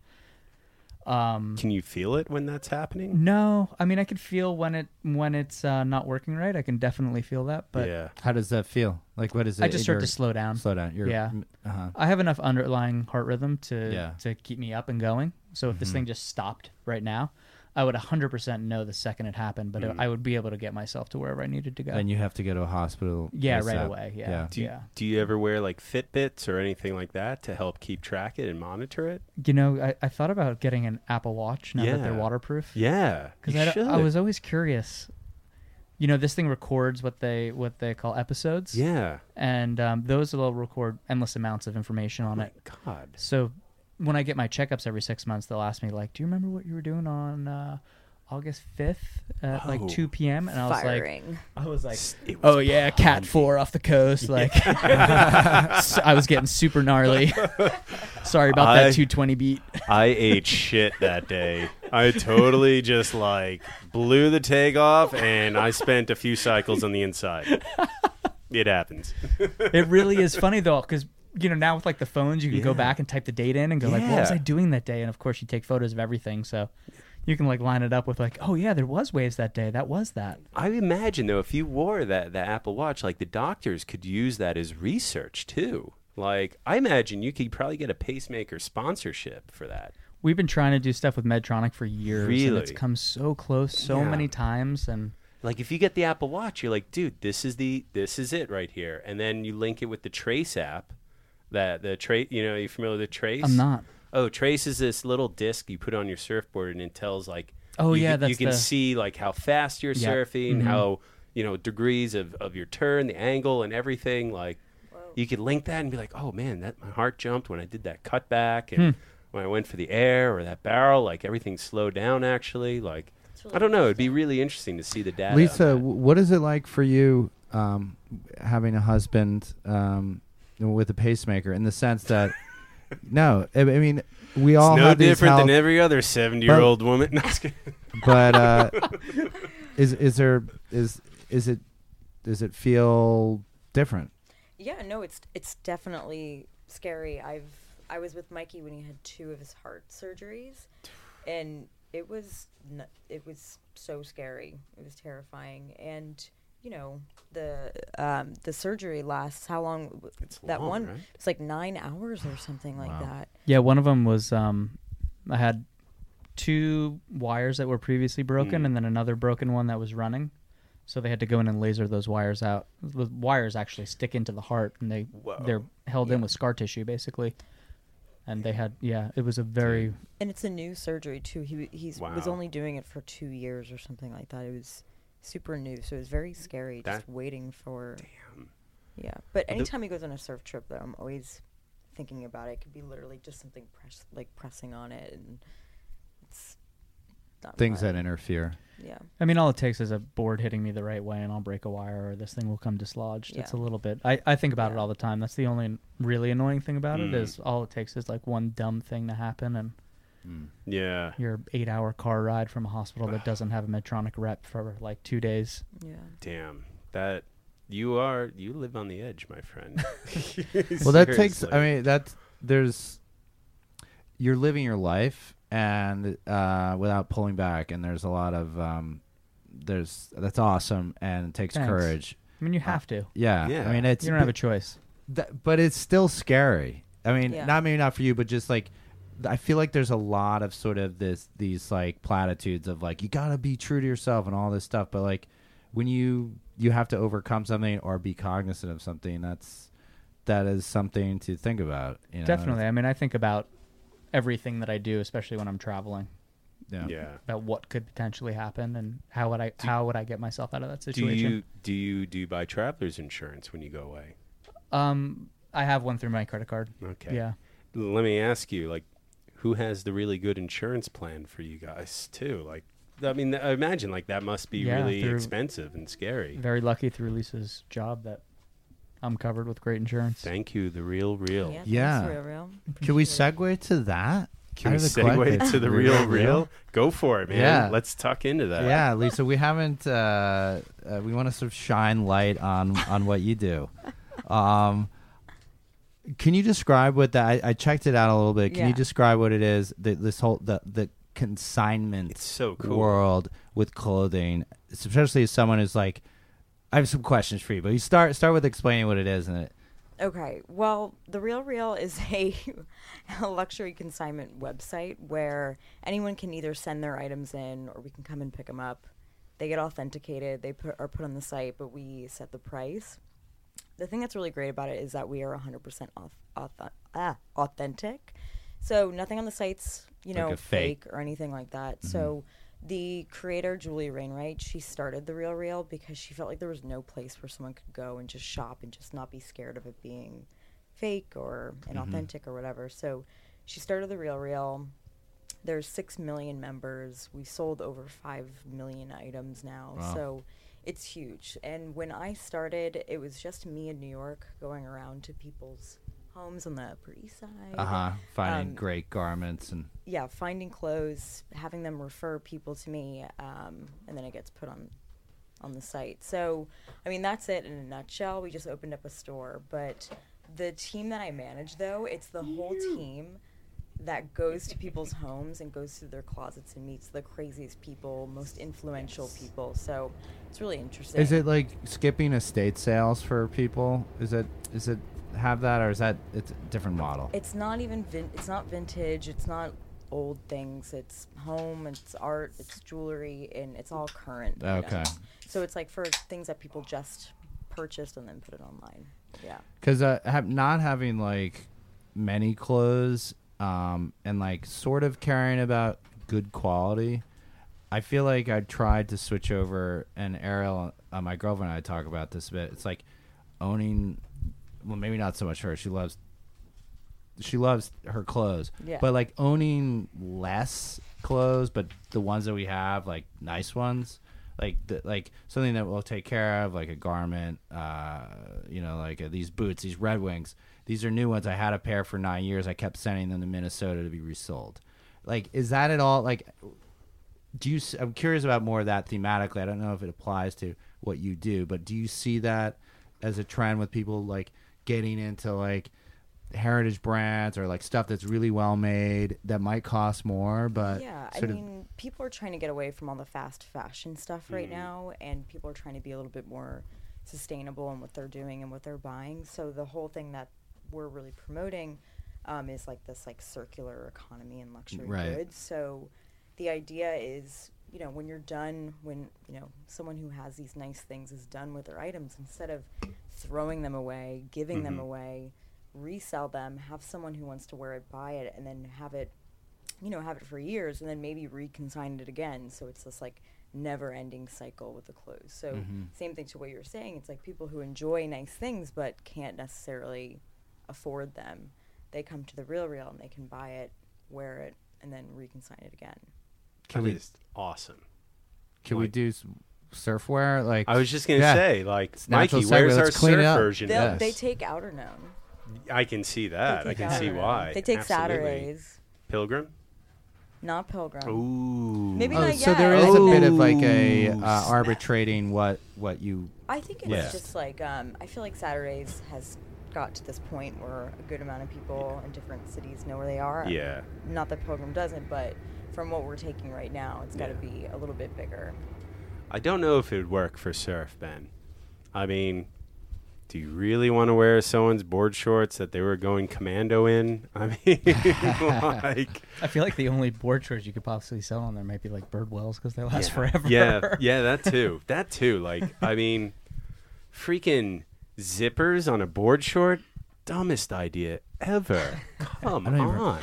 S7: Um,
S4: Can you feel it when that's
S7: Mm,
S4: happening?
S7: no, I mean I can feel when it when it's uh, not working right. I can definitely feel that, but
S4: yeah.
S3: How does that feel? Like what is it?
S7: I just start
S3: You're-
S7: to slow down.
S3: Slow down. You're,
S7: yeah.
S3: uh
S7: I have enough underlying heart rhythm to
S3: Yeah.
S7: to keep me up and going. So if this
S3: Mhm.
S4: Mm-hmm.
S7: thing just stopped right now, I would 100% know the second it happened, but
S4: Mm.
S7: I would be able to get myself to wherever I needed to go.
S3: And you have to go to a hospital.
S7: Yeah, right
S3: ASAP.
S7: away, yeah.
S4: Do you, do you ever wear like Fitbits or anything like that to help keep track it and
S7: *laughs*
S4: monitor it?
S7: You know, I, I thought about getting an Apple Watch now that they're
S4: Yeah.
S7: waterproof.
S4: Yeah,
S7: Because
S4: you
S7: I, don't- I
S4: should.
S7: was always curious. You know, this thing records what they what they call episodes.
S4: Yeah.
S7: And um, those will record endless amounts of information on it.
S4: God.
S7: So when I get my checkups every six months, they'll ask me like, "Do you remember what you were doing on uh, August fifth at like
S4: Oh.
S7: two p.m.?" And I was
S10: Firing.
S7: like, "I was like,
S4: S- it
S7: oh yeah, cat four off the coast." Like, *laughs* so I was getting super gnarly. *laughs* Sorry about
S4: I-
S7: that two twenty beat.
S4: I ate shit that day. I totally just like blew the tag off and I spent a few cycles on the inside. It happens.
S7: it really is funny though because you know now with like the phones you can go back and type the date in and go like what was
S4: Yeah.
S7: i doing that day and of course you take photos of everything so you can like line it up with like oh yeah there was waves that day that was that
S4: I imagine though, if you wore that the Apple Watch, like the doctors could use that as research too. Like I imagine you could probably get a pacemaker sponsorship for that.
S7: we've been trying to do stuff with medtronic for years and it's
S4: Really?
S7: come so close so
S4: Yeah.
S7: many times and
S4: Like if you get the Apple Watch, you're like, dude, this is the this is it right here, and then you link it with the Trace app. That the Trace, you know, you familiar with the Trace?
S7: I'm not.
S4: Oh, Trace is this little disc you put on your surfboard, and it tells like
S7: Oh,
S4: you,
S7: yeah,
S4: can- you
S7: that's
S4: can
S7: the-
S4: see like how fast you're
S7: Yeah.
S4: surfing,
S3: Mm-hmm.
S7: Mhm.
S4: how you know degrees of, of your turn, the angle, and everything. Like you could link that and be like, oh man, that my heart jumped when I did that cutback and
S7: Hmm.
S4: when I went for the air or that barrel. Like everything slowed down actually. Like I don't know, it'd be really interesting to see the data. on
S3: Lisa,
S4: that.
S3: w- what is it like for you um, having a husband um, with a pacemaker in the sense
S7: *laughs*
S3: that, no, I, I mean, we all
S4: it's no
S3: have these
S4: different than
S3: health-
S4: every other seventy year old woman. *laughs* No, I'm just kidding.
S3: But uh,
S7: *laughs*
S3: is is there is is it does it feel different?
S5: Yeah, no, it's it's definitely scary. I've I was with Mikey when he had two of his heart surgeries, and it was n- it was so scary. It was terrifying, and you know the um, the surgery lasts how long? It's that
S4: long,
S5: one
S4: right?
S5: it's like nine hours or something like that.
S7: Yeah, one of them was um, I had two wires that were previously broken,
S5: Mm.
S7: and then another broken one that was running. So they had to go in and laser those wires out. The wires actually stick into the heart, and they they're held in with scar tissue basically. And they had yeah, it was a very
S5: And it's a new surgery too. He w- he's was
S7: Wow.
S5: only doing it for two years or something like that. It was super new, so it was very scary. just waiting for. Damn. Yeah, but
S4: But the-
S5: anytime he goes on a surf trip, though, I'm always thinking about it. It could be literally just something press like pressing on it, and it's not
S3: Things
S5: fun.
S3: that interfere.
S5: Yeah.
S7: I mean, all it takes is a board hitting me the right way, and I'll break a wire, or this thing will come dislodged. It's a
S5: Yeah.
S7: little bit. I, I think about it all the time. That's the only really annoying thing about
S4: Mm.
S7: it is all it takes is like one dumb thing to happen, and
S3: *laughs*
S4: yeah.
S7: your eight-hour car ride from a hospital
S4: *sighs*
S7: that doesn't have a Medtronic rep for like two days.
S5: Yeah.
S4: Damn. That you are you live on the edge, my friend. *laughs*
S3: well that takes i
S4: Seriously.
S3: mean that's there's you're living your life and uh without pulling back and there's a lot of um there's that's awesome and it takes
S7: Thanks.
S3: courage
S7: I mean, you have to.
S3: yeah. i mean it's
S7: you don't have a choice.
S3: that, but it's still scary i mean
S7: Yeah.
S3: not maybe not for you but just like th- I feel like there's a lot of sort of this these like platitudes of like you gotta be true to yourself and all this stuff, but like when you you have to overcome something or be cognizant of something, that's that is something to think about. You know?
S7: Definitely. I mean, I think about everything that I do, especially when I'm traveling.
S3: Yeah.
S4: Yeah.
S7: About what could potentially happen and how would I how would I get myself out of that
S4: do
S7: situation?
S4: you do you do you buy traveler's insurance when you go away?
S7: Um, I have one through my credit card.
S4: Okay.
S7: Yeah.
S4: Let me ask you, like, who has the really good insurance plan for you guys too? Like, I mean, I imagine like that must be
S7: Yeah,
S4: really
S7: through-
S4: expensive and scary.
S7: Very lucky through Lisa's job that I'm covered with great insurance.
S4: Thank you, the real real.
S3: Yeah. Can we segue to that?
S4: Can
S3: I
S4: we
S3: have a
S4: segue
S3: question.
S4: to the real real? Go for it, man.
S3: Yeah.
S4: Let's tuck into
S3: *laughs*
S4: that.
S3: Yeah, Lisa, we haven't. Uh, uh, we want to sort of shine light on on what you do. Um, can you describe what that? I, I checked it out a little bit. Can you
S4: Yeah.
S3: describe what it is? The, this whole the the consignment
S4: so cool.
S3: world with clothing, especially as someone who's like, I have some questions for you, but you start start with explaining what it is and it.
S5: Okay. Well, The Real Real is a, a luxury consignment website where anyone can either send their items in or we can come and pick them up. They get authenticated, they put, are put on the site, but we set the price. The thing that's really great about it is that we are 100% auth, auth, ah, authentic. So nothing on the site's, you
S3: Like
S5: know,
S3: a fake. Mm-hmm.
S5: or anything like that. So the creator Julie Rainwright, she started the Real Real because she felt like there was no place where someone could go and just shop and just not be scared of it being fake or
S3: Mm-hmm.
S5: inauthentic or whatever. So she started the Real Real. There's six million members. We've sold over five million items now.
S10: Wow.
S5: So it's huge. And when I started, it was just me in New York going around to people's homes on the Upper East Side.
S3: Uh huh. Finding
S5: um,
S3: great garments and
S5: yeah, finding clothes, having them refer people to me, um, and then it gets put on on the site. So, I mean, that's it in a nutshell. We just opened up a store, but the team that I manage, though, it's the whole team that goes to people's homes and goes through their closets and meets the craziest people, most influential people. So, it's really interesting.
S3: Is it like skipping estate sales for people? Is it is it have that or is that it's a different model?
S5: It's not even vin- it's not vintage. It's not old things. It's home. It's art. It's jewelry, and it's all current. you know.
S3: Okay.
S5: So it's like for things that people just purchased and then put it online. Yeah.
S3: Because uh, have not having like many clothes um, and like sort of caring about good quality,
S2: I feel like I tried to switch over, and Ariel, uh, my girlfriend, and I talk about this a bit. It's like owning. Well, maybe not so much her. She loves. She loves her clothes,
S3: Yeah.
S2: but like owning less clothes, but the ones that we have, like nice ones, like the, like something that we'll take care of, like a garment, uh, you know, like uh, these boots, these Red Wings. These are new ones. I had a pair for nine years. I kept sending them to Minnesota to be resold. Like, is that at all? Like, do you s- i'm curious about more of that thematically i don't know if it applies to what you do but do you see that as a trend with people like getting into like heritage brands or like stuff that's really well made that might cost more but
S5: yeah, I
S2: sort of
S5: mean, people are trying to get away from all the fast fashion stuff right
S4: Mm.
S2: Mhm.
S5: now, and people are trying to be a little bit more sustainable in what they're doing and what they're buying. So the whole thing that we're really promoting um, is like this like circular economy and luxury
S10: Right.
S5: goods. So the idea is, you know, when you're done, when you know someone who has these nice things is done with their items, instead of throwing them away, giving them
S10: Mhm.
S5: away, resell them, have someone who wants to wear it buy it, and then have it you know, have it for years and then maybe reconsign it again. So it's this like never ending cycle with the clothes. So
S10: Mhm.
S5: same thing to what you were saying. It's like people who enjoy nice things but can't necessarily afford them. They come to the real real and they can buy it, wear it, and then reconsign it again.
S2: Can
S4: That
S2: we-
S4: is awesome.
S2: can we do s- surfwear like
S4: I was just gonna say, like,
S2: It's natural
S4: Mikey, where's
S2: segue.
S4: our
S2: Let's clean it
S4: surf
S2: up.
S4: version?
S5: They'll-
S4: Yes.
S5: They take outer known.
S4: I can see that. I
S5: take
S4: can see
S5: Saturday.
S4: why.
S5: They take
S4: Absolutely.
S5: Saturdays.
S4: Pilgrim.
S5: Not pilgrim.
S4: Ooh.
S5: Maybe
S2: oh,
S5: not
S2: so
S5: yet.
S2: there is a bit of like a
S4: Ooh,
S2: uh, arbitrating what what you
S5: I think it's
S2: Yeah.
S5: just like um, I feel like Saturdays has got to this point where a good amount of people in different cities know where they are.
S4: Yeah.
S5: Not that Pilgrim doesn't, but from what we're taking right now, it's got to be a little bit bigger.
S4: I don't know if it would work for surf, Ben. I mean, do you really want to wear someone's board shorts that they were going commando in? I mean, *laughs*
S2: *laughs*
S4: like,
S7: I feel like the only board shorts you could possibly sell on there might be like Birdwells because they last forever.
S4: yeah, yeah, that too, that too. Like, I mean, freaking zippers on a board short, dumbest idea ever. Come
S3: don't even-
S4: on,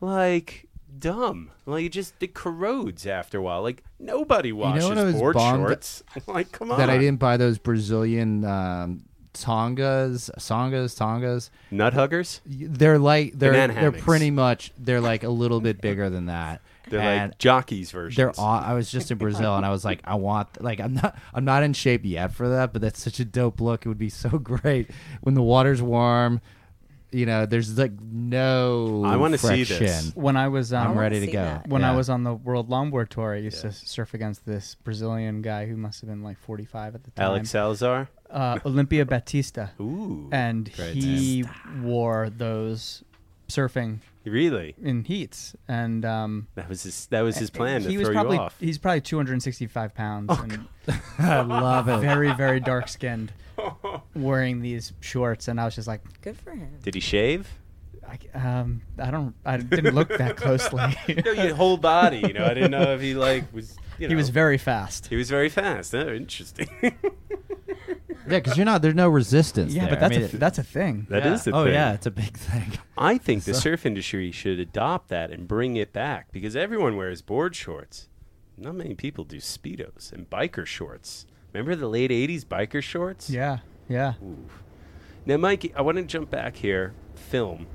S4: like. Dumb, like it just it corrodes after a while. Like nobody washes
S3: what I was
S4: board
S3: bummed
S4: shorts. *laughs* like come on,
S3: that I didn't buy those Brazilian um, tongas, songas, tongas,
S4: nut huggers.
S3: They're like they're
S4: Banana
S3: they're
S4: hammocks.
S3: pretty much they're like a little
S4: *laughs*
S3: bit bigger than that.
S4: They're
S3: And
S4: like jockeys versions.
S3: They're aw- I was just in Brazil and I was like, I want like I'm not I'm not in shape yet for that, but that's such a dope look. It would be so *laughs* great when the water's warm. You know, there's like no. friction.
S7: *laughs* When I was, um,
S3: I'm ready to go.
S7: When I
S3: Yeah.
S7: was on the World Longboard Tour, I used to surf against this Brazilian guy who must have been like 45 at the time.
S4: Alex Salazar?
S7: Uh, Olympia Batista.
S4: Ooh,
S7: and
S4: great
S7: he wore those surfing.
S4: Really?
S7: In heats, and um,
S4: that was his. That was his plan to
S7: He was
S4: throw you
S7: probably
S4: off. Oh,
S7: he's probably 265 pounds. and
S3: I love
S4: *laughs*
S3: it. *laughs*
S7: Very very dark skinned, wearing these shorts, and I was just like,
S5: Good for him.
S4: Did he shave?
S7: I, um, I don't. I didn't look that
S3: *laughs*
S7: closely. *laughs*
S4: no, your whole body. You know, I didn't know if he like was. You know,
S7: He was very fast.
S4: He was very fast.
S7: *laughs*
S4: Oh, interesting.
S3: Yeah, because you're not. There's no resistance.
S7: Yeah,
S3: there.
S7: but
S3: I
S7: that's
S3: mean,
S7: a
S3: it-
S7: th- that's a thing.
S4: That is
S3: Yeah.
S4: the
S3: oh,
S4: thing.
S3: yeah, it's a big thing.
S4: I think the
S3: So-
S4: surf industry should adopt that and bring it back because everyone wears board shorts. Not many people do speedos and biker shorts. Remember the late '80s biker shorts?
S7: Yeah, yeah.
S4: Now, Mikey, I want to jump back here. Film.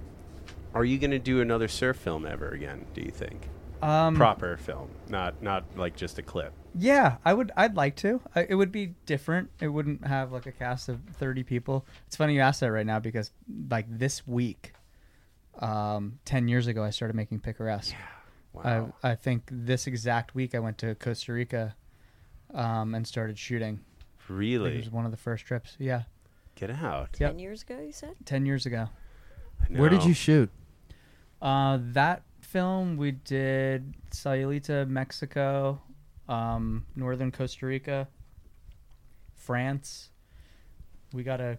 S4: Are you going to do another surf film ever again? Do you think?
S7: Um,
S4: Proper film, not not like just a clip.
S7: Yeah, I would. I'd like to. I, it would be different. It wouldn't have like a cast of thirty people. It's funny you ask that right now because like this week, um, ten years ago, I started making picaresque.
S4: Wow.
S7: I, I think this exact week I went to Costa Rica, um, and started shooting. I think
S4: Really?
S7: it was one of the first trips. Yeah,
S4: Get out.
S7: Yep.
S5: Ten years ago, you said.
S7: ten years ago.
S3: Where did
S4: No.
S3: you shoot?
S7: Uh, that film we did Sayulita, Mexico, um, northern Costa Rica, France. We got a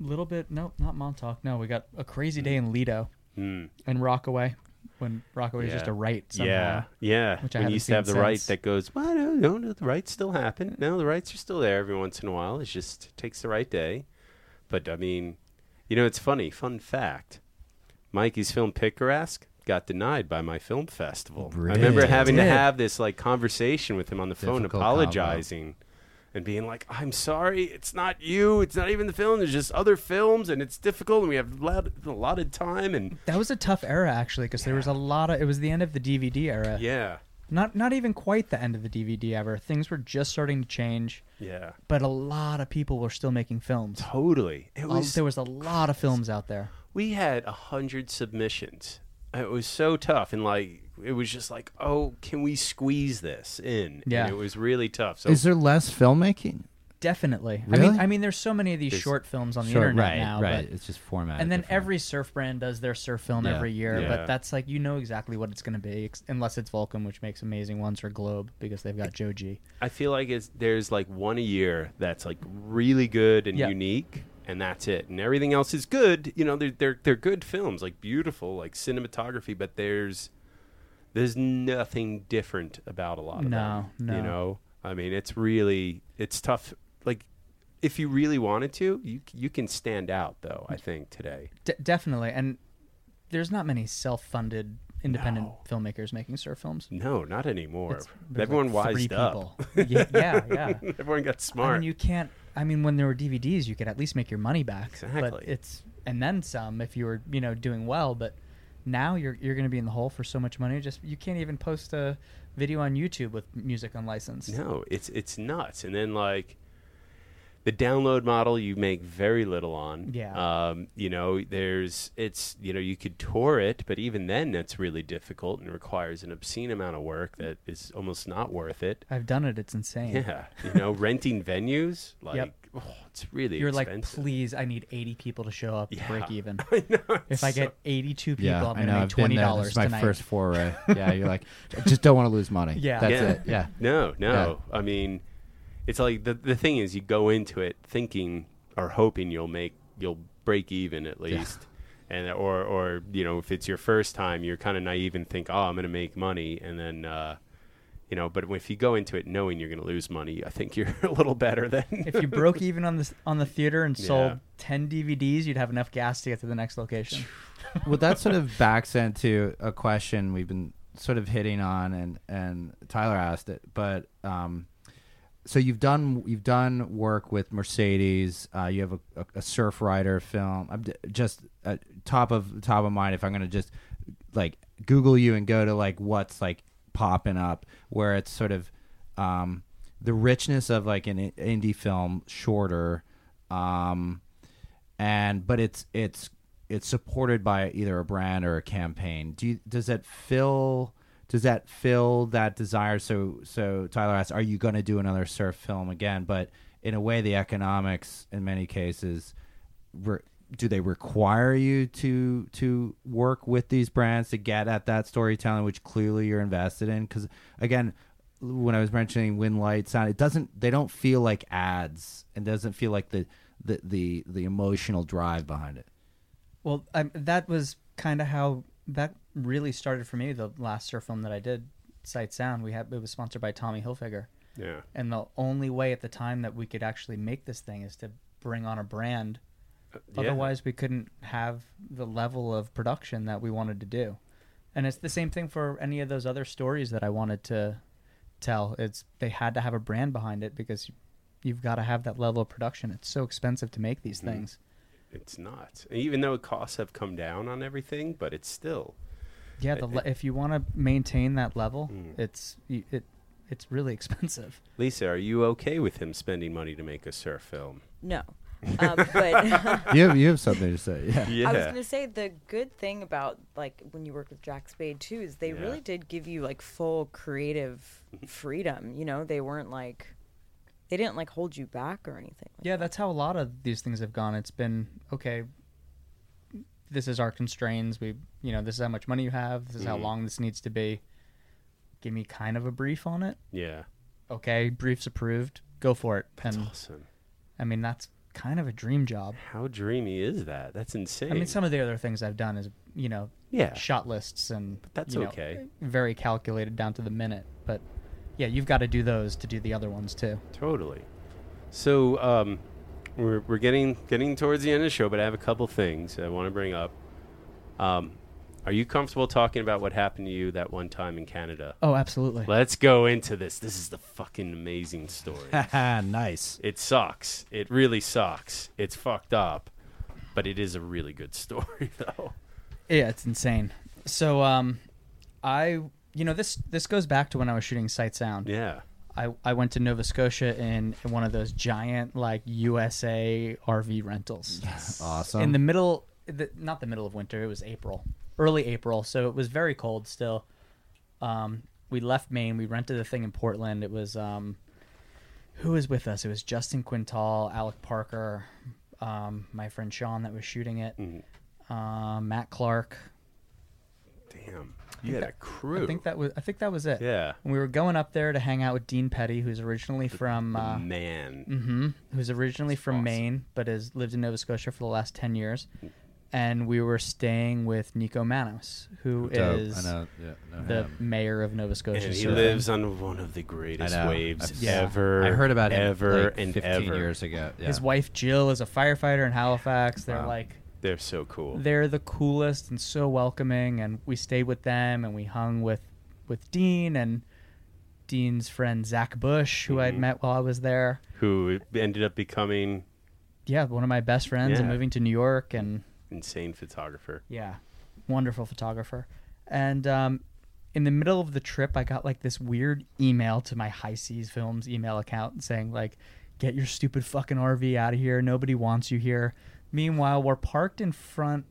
S7: little bit. No, not Montauk. No, we got a crazy day
S4: Hmm.
S7: in Lido
S4: Mm.
S7: and Rockaway. When Rockaway was just
S4: Yeah.
S7: a right. Somehow,
S4: Yeah, yeah.
S7: Which I
S4: when
S7: haven't
S4: you used to have the
S7: seen
S4: right
S7: since.
S4: that goes, well, no, no, no, the rights still happen. No, the rights are still there every once in a while. It just takes the right day. But I mean, you know, it's funny. Fun fact: Mikey's film Picaresque got denied by my film festival. I remember having to
S10: Did.
S4: have this like conversation with him on the phone,
S10: Difficult
S4: apologizing and being like, "I'm sorry, it's not you. It's not even the film. There's just other films, and it's difficult, and we have lot, a lot of time." And
S7: That was a tough era actually because there was a lot of it was the end of the DVD era.
S4: yeah,
S7: Not not even quite the end of the DVD era. Things were just starting to change.
S4: Yeah.
S7: But a lot of people were still making films.
S4: Totally. It
S7: It
S4: was-
S7: was, Um, there was a lot of films out there.
S4: we had a hundred submissions. It was so tough, and like it was just like, "Oh, can we squeeze this in?"
S7: Yeah.
S4: and it was really tough. So
S3: Is there less filmmaking?
S7: Definitely. I
S3: Really?
S7: mean I mean there's so many of these
S3: There's
S7: short films on the
S3: short-
S7: internet
S3: right,
S7: now.
S3: right.
S7: but-
S3: It's just formatted
S7: And then every surf brand does their surf film
S3: Yeah.
S7: every year,
S3: Yeah.
S7: but that's like you know exactly what it's going to be ex- unless it's Vulcan, which makes amazing ones or Globe because they've got Joji.
S4: I feel like it's there's like one a year that's like really good and
S7: Yeah.
S4: unique, and that's it. And everything else is good. You know, they're they're they're good films, like beautiful, like cinematography. But there's there's nothing different about a lot of
S7: No,
S4: them.
S7: no.
S4: You know, I mean, it's really it's tough. Like, if you really wanted to, you c- you can stand out though. I think today.
S7: De- definitely. And there's not many self-funded independent filmmakers making surf films.
S4: No, not anymore.
S7: It's- there's
S4: Everyone
S7: like three
S4: wised up.
S7: people. yeah, yeah, yeah.
S4: *laughs* Everyone got smart.
S7: I mean, you can't. I mean, when there were DVDs, you could at least make your money back. But
S4: Exactly.
S7: it's and then some if you were you know doing well. But now you're you're going to be in the hole for so much money. Just you can't even post a video on YouTube with music unlicensed.
S4: No, it's it's nuts. And then like the download model, you make very little on.
S7: Yeah.
S4: Um, you know, there's it's you know you could tour it, but even then that's really difficult and requires an obscene amount of work that is almost not worth it.
S7: I've done it. It's insane.
S4: Yeah. You know, renting venues
S7: *laughs*
S4: like
S7: Yep.
S4: oh, it's really
S7: You're
S4: expensive.
S7: like, please, I need 80 people to show up
S4: Yeah.
S7: to break even.
S4: *laughs* I know,
S7: if I
S4: so-
S7: get 82 people,
S3: Yeah,
S7: I'm
S3: I
S7: going to
S3: know,
S7: make
S3: I've been
S7: twenty
S3: there.
S7: dollars
S3: That's my
S7: tonight.
S3: first foray. Yeah, you're like, I just don't want to lose money.
S7: Yeah.
S3: that's it. Yeah.
S4: No, no. I mean, it's like the the thing is you go into it thinking or hoping you'll make you'll break even at least. And or or you know if it's your first time you're kind of naive and think oh I'm gonna make money and then uh, you know but if you go into it knowing you're gonna lose money I think *laughs* you're a little better than
S7: *laughs* if you broke even on this on the theater
S4: *laughs*
S7: and
S4: Yeah.
S7: sold 10 DVDs, you'd have enough gas to get to the next location.
S3: well, that sort of backs into a question we've been sort of hitting on, and and Tyler asked it, but um, so you've done you've done work with Mercedes. Uh, you have a, a, a Surf Rider film. I'm d- just uh, top of top of mind. If I'm gonna just like Google you and go to like what's like popping up, where it's sort of um, the richness of like an i- indie film, shorter. Um, and but it's it's it's supported by either a brand or a campaign. Do you, does that fill does that fill that desire? So so Tyler asks, are you going to do another surf film again? But in a way, the economics in many cases re- do they require you to to work with these brands to get at that storytelling, which clearly you're invested in? Because again, when I was mentioning wind light sound, it doesn't they don't feel like ads and doesn't feel like the the the, the emotional drive behind
S2: *laughs*
S3: it.
S7: Well, I, that was kind of how that really started for me. The last surf film that I did, Sight Sound, we had it was sponsored by Tommy Hilfiger.
S4: *laughs* Yeah.
S7: And the only way at the time that we could actually make this thing is to bring on a brand.
S4: yeah.
S7: Otherwise, we couldn't have the level of production that we wanted to do. And it's the same thing for any of those other stories that I wanted to tell. It's they had to have a brand behind it because you've got to have that level of production. It's so expensive to make these
S4: Mhm.
S7: things.
S4: it's not even though costs have come down on everything but it's still
S7: Yeah, the
S4: It- Mm.
S7: le- if you want to maintain that level, it's you, it it's really *laughs* expensive.
S4: Lisa are you okay with him spending money to make a surf film *laughs*
S5: No. Um, but
S3: You have you have something to say?
S2: *laughs*
S3: Yeah.
S4: Yeah.
S5: I was gonna say the good thing about like when you work with Jack Spade too is they
S4: Yeah. Mm-hmm.
S5: really did give you like full creative freedom. You know, they weren't like they didn't like hold you back or anything.
S7: Yeah, that's how a lot of these things have gone. It's been okay. This is our constraints. We, you know, this is how much money you have. This is how
S4: Mhm.
S7: long this needs to be. Give me kind of a brief on it.
S4: yeah
S7: Okay, brief's approved. Go for it.
S4: That's awesome.
S7: I mean, that's kind of a dream job.
S4: How dreamy is that? That's insane.
S7: I mean, some of the other things I've done is, you know,
S4: Yeah.
S7: shot lists and
S4: that's
S7: you know,
S4: okay.
S7: very calculated down to the minute. But yeah, you've got to do those to do the other ones too.
S4: Totally. So um, we're we're getting getting towards the end of the show, but I have a couple things I want to bring up. Um, Are you comfortable talking about what happened to you that one time in Canada?
S7: Oh, absolutely.
S4: Let's go into this. This is the fucking
S7: *laughs*
S4: amazing story.
S2: *laughs* nice.
S4: It sucks. It really sucks. It's fucked up, but it is a really good *laughs* story though.
S7: Yeah, it's insane. So, um, I, you know, this this goes back to when I was shooting Sight Sound.
S4: Yeah.
S7: I, I went to Nova Scotia in, in one of those giant like USA RV rentals. Yes.
S2: Awesome.
S7: In the middle, the, not the middle of winter. It was April, early April, so it was very cold still. Um, we left Maine. We rented a thing in Portland. It was um, who was with us? It was Justin Quintal, Alec Parker, um, my friend Sean that was shooting it, uh, Matt Clark.
S4: Damn.
S7: I
S4: You
S7: think
S4: had a
S7: that-
S4: crew.
S7: I think that was. I think that was it.
S4: Yeah.
S7: And we were going up there to hang out with Dean Petty, who's originally from uh,
S4: man.
S7: hmm who's originally from Maine, but has lived in Nova Scotia for the last ten years. And we were staying with Nico Manos, who is
S2: Dope. I know- yeah, know
S7: the
S2: him.
S7: mayor of Nova Scotia.
S4: And he
S7: surfing.
S4: lives on one of the greatest
S2: I know.
S4: waves
S2: I've- yeah.
S4: ever.
S2: I heard about him,
S4: ever
S2: like,
S4: and
S2: 15
S4: ever
S2: years ago. Yeah.
S7: His wife Jill is a firefighter in Halifax. They're
S4: Wow.
S7: like
S4: They're so cool.
S7: They're the coolest and so welcoming and we stayed with them and we hung with with Dean and Dean's friend Zach Bush, who I'd
S4: Mhm.
S7: met while I was there.
S4: who ended up becoming
S7: Yeah, one of my best friends and
S4: Yeah.
S7: moving to New York and
S4: insane photographer.
S7: Yeah. Wonderful photographer. And um, in the middle of the trip, I got like this weird email to my High Seas Films email account saying, like, get your stupid fucking RV out of here. Nobody wants you here. Meanwhile, we're parked in front,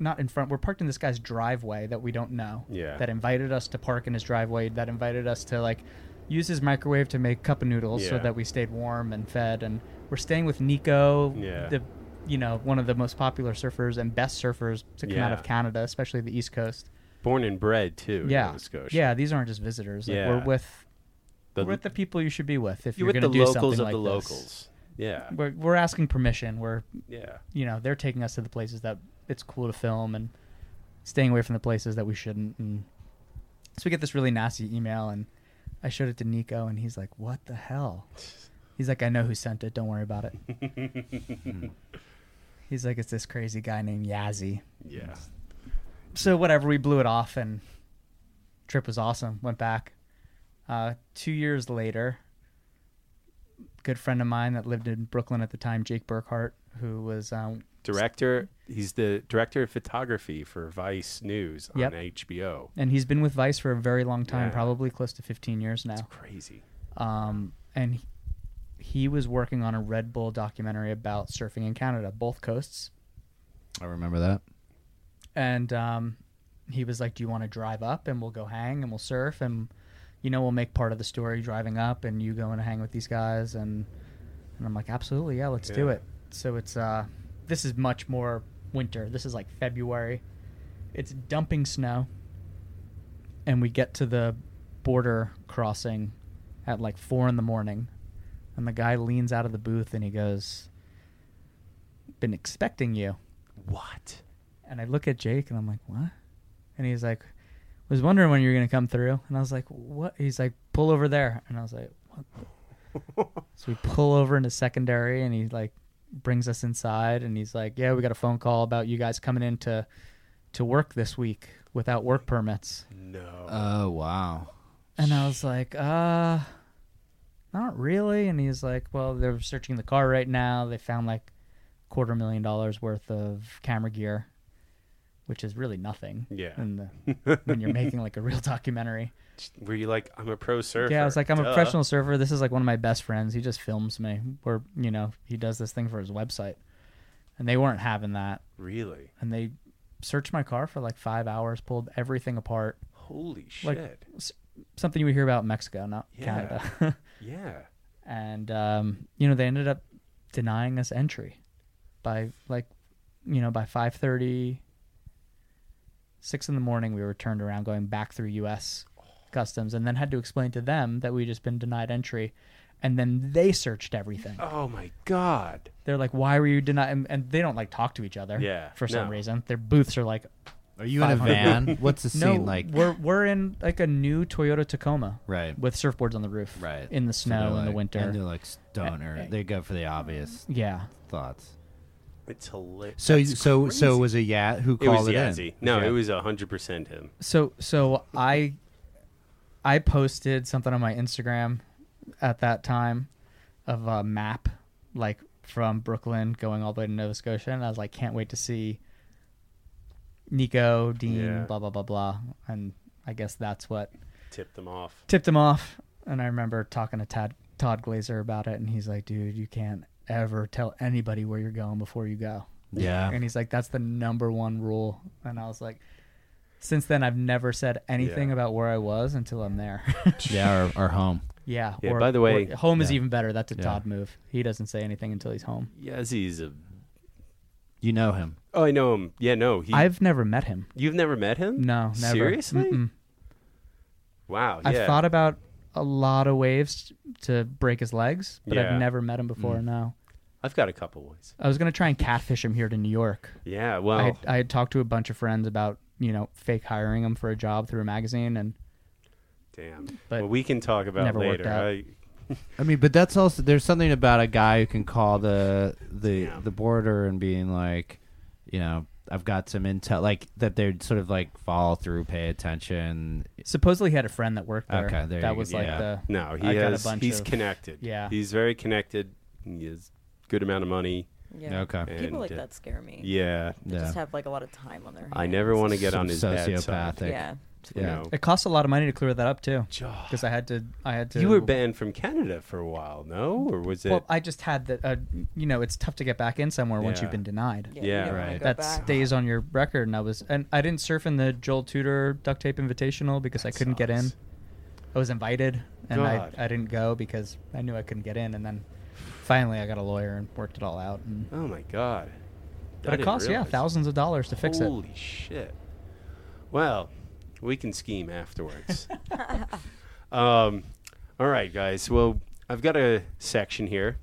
S7: not in front, we're parked in this guy's driveway that we don't know.
S4: Yeah.
S7: That invited us to park in his driveway, that invited us to like use his microwave to make cup of noodles so
S4: Yeah.
S7: that we stayed warm and fed. And we're staying with Nico,
S4: Yeah.
S7: the you know one of the most popular surfers and best surfers to come out
S4: Yeah.
S7: of Canada, especially the East Coast.
S4: Born and bred too. in
S7: yeah,
S4: Nova Scotia.
S7: yeah. These aren't just visitors. Like,
S4: Yeah.
S7: We're with
S4: The-
S7: we're with the people you should be with if
S4: You're
S7: you're,
S4: with
S7: going to
S4: the
S7: do
S4: locals
S7: something
S4: of
S7: like
S4: the
S7: this.
S4: locals. Yeah.
S7: we're we're asking permission. We're
S4: Yeah.
S7: you know they're taking us to the places that it's cool to film and staying away from the places that we shouldn't. And so we get this really nasty email and I showed it to Nico and he's like, "What the hell." He's like, I know who sent it. Don't worry about it. He's like, it's this crazy guy named Yazzie.
S4: Yeah.
S7: So whatever, we blew it off, and trip was awesome. Went back. Uh, two years later, good friend of mine that lived in Brooklyn at the time, Jake Burkhart, who was um,
S4: Director. He's the director of photography for Vice News on
S7: Yep.
S4: HBO.
S7: and he's been with Vice for a very long time,
S4: Yeah.
S7: probably close to 15 years now.
S4: crazy.
S7: Um, and he, he was working on a Red Bull documentary about surfing in Canada, both coasts.
S2: I remember that.
S7: and um, he was like, "Do you want to drive up and we'll go hang and we'll surf and you know we'll make part of the story driving up and you go and hang with these guys and and I'm like, absolutely, yeah, let's do
S4: Yeah.
S7: it. So it's uh, this is much more winter. This is like February. It's dumping snow, and we get to the border crossing at like four in the morning, and the guy leans out of the booth and he goes, "Been expecting you."
S4: What?
S7: And I look at Jake and I'm like, what? And he's like, was wondering when you were going to come through. And I was like, what? He's like, pull over there. And I was like, what? the-" so we pull over into secondary and he like brings us inside and he's like, yeah, we got a phone call about you guys coming in to, to work this week without work permits.
S4: No.
S2: Oh wow.
S7: And I was like, uh, not really. And he's like, well, they're searching the car right now. They found like quarter million dollars worth of camera gear, which is really nothing.
S4: Yeah.
S7: In
S4: *laughs*
S7: the, when you're making like a real documentary.
S4: Were you like, I'm a pro surfer?
S7: Yeah, I was like, I'm a
S4: Duh.
S7: professional surfer. This is like one of my best friends. He just films me, or you know, he does this thing for his website, and they weren't having that.
S4: Really?
S7: And they searched my car for like five hours, pulled everything apart.
S4: Holy
S7: Like,
S4: shit.
S7: s- something you would hear about in Mexico, not
S4: Yeah.
S7: Canada. *laughs*
S4: Yeah.
S7: And um, you know, they ended up denying us entry by like, you know, by five thirty six in the morning we were turned around going back through US customs and then had to explain to them that we just been denied entry and then they searched everything.
S4: Oh my god.
S7: They're like, Why were you denied and, and they don't like talk to each other
S4: Yeah,
S7: for some
S4: no.
S7: reason. Their booths are like
S2: Are you in a
S7: 500.
S2: van? *laughs* What's the
S7: No,
S2: scene like?
S7: We're we're in like a new Toyota Tacoma.
S2: Right.
S7: With surfboards on the roof.
S2: Right.
S7: In the
S2: So they're
S7: snow in the
S2: like-
S7: winter.
S2: And they're like stoner.
S7: Eh, eh.
S2: They go for the obvious.
S7: Yeah.
S2: Thoughts.
S4: It's hilarious.
S2: So so so it was a Yat who
S4: it was
S2: called it,
S4: Yazzie.
S2: in.
S4: No,
S2: Yeah.
S4: it was hundred percent him.
S7: So so I I posted something on my Instagram at that time of a map like from Brooklyn going all the way to Nova Scotia and I was like can't wait to see Nico, Dean,
S4: Yeah.
S7: blah blah blah blah and I guess that's what
S4: Tipped them off.
S7: Tipped them off and I remember talking to Tad, Todd Glazer about it and he's like dude you can't ever tell anybody where you're going before you go.
S2: Yeah.
S7: And he's like that's the number one rule and I was like since then I've never said anything about where I was until I'm there. *laughs*
S2: Yeah, or, or home.
S7: yeah.
S4: Yeah,
S7: or-
S4: by the way-
S7: or- home is
S4: Yeah.
S7: even better. That's a
S4: Yeah.
S7: Todd move. He doesn't say anything until he's home.
S4: Yazzie's a.
S2: You know him.
S4: Oh, I know him. Yeah, no. He,
S7: I've never met him.
S4: You've never met him?
S7: No, never.
S4: Seriously?
S7: Mm-mm.
S4: Wow. Yeah.
S7: I've thought about a lot of waves to break his legs, but
S4: Yeah.
S7: I've never met him before.
S4: Mm.
S7: No.
S4: I've got a couple ways.
S7: I was gonna try and catfish him here to New York.
S4: Yeah, well-
S7: I had, I had talked to a bunch of friends about you know fake hiring him for a job through a magazine, and
S4: Damn.
S7: But
S4: well, we can talk about
S7: never worked
S4: later.
S7: out.
S4: I,
S2: I mean, but that's also there's something about a guy who can call the the the border and being like, you know, I've got some intel, like that they'd sort of like follow through, pay attention.
S7: supposedly he had a friend that worked there.
S2: Okay, there
S7: that
S2: you
S7: was
S2: go.
S7: like
S2: Yeah.
S7: the
S4: no, he
S7: I got a
S4: has.
S7: bunch
S4: he's
S7: of-
S4: connected.
S7: Yeah,
S4: He's very connected. He has good amount of money.
S5: Yeah. Okay. People
S4: And,
S5: like
S4: uh,
S5: that scare me.
S4: Yeah.
S5: They just have like a lot of time on their hands.
S4: I never want to get
S2: Some
S4: on his bad side.
S2: sociopathic.
S5: Yeah.
S4: You know.
S7: It costs a lot of money to clear that up too, because I had to. I had to.
S4: You were banned from Canada for a while, no? Or was it?
S7: Well, I just had the. Uh, you know, it's tough to get back in somewhere once
S4: Yeah.
S7: you've been denied.
S4: Yeah, you Yeah, don't wanna right. go
S7: That
S4: back.
S7: stays on your record, and I was, and I didn't surf in the Joel Tudor Duct Tape Invitational because I couldn't get in. I was invited, and I,
S4: God.
S7: I didn't go because I knew I couldn't get in, and then finally I got a lawyer and worked it all out. And,
S4: oh my God. I
S7: But it
S4: didn't
S7: costs yeah
S4: realize.
S7: thousands of dollars to fix it.
S4: Holy shit. Well, we can scheme *laughs* afterwards. um, all right, guys. Well, I've got a section here.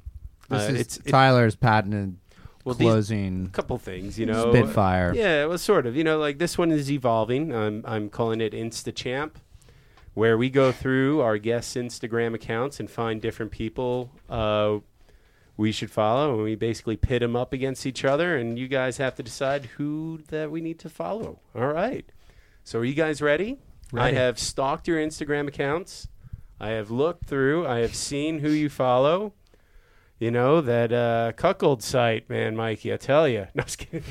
S2: This
S4: Uh,
S2: is
S4: it's, it-
S2: Tyler's patented
S4: well, these-
S2: closing.
S4: couple things, you know.
S2: Spitfire.
S4: Yeah, well, sort of. You know, like this one is evolving. I'm I'm calling it Insta Champ, where we go through our guests' Instagram accounts and find different people uh, we should follow, and we basically pit them up against each other, and you guys have to decide who that we need to follow. All right. So, are you guys ready?
S7: Ready.
S4: I have stalked your Instagram accounts. I have looked through. I have seen who you follow. You know that uh, cuckold site, man, Mikey. I tell you, no, I was kidding.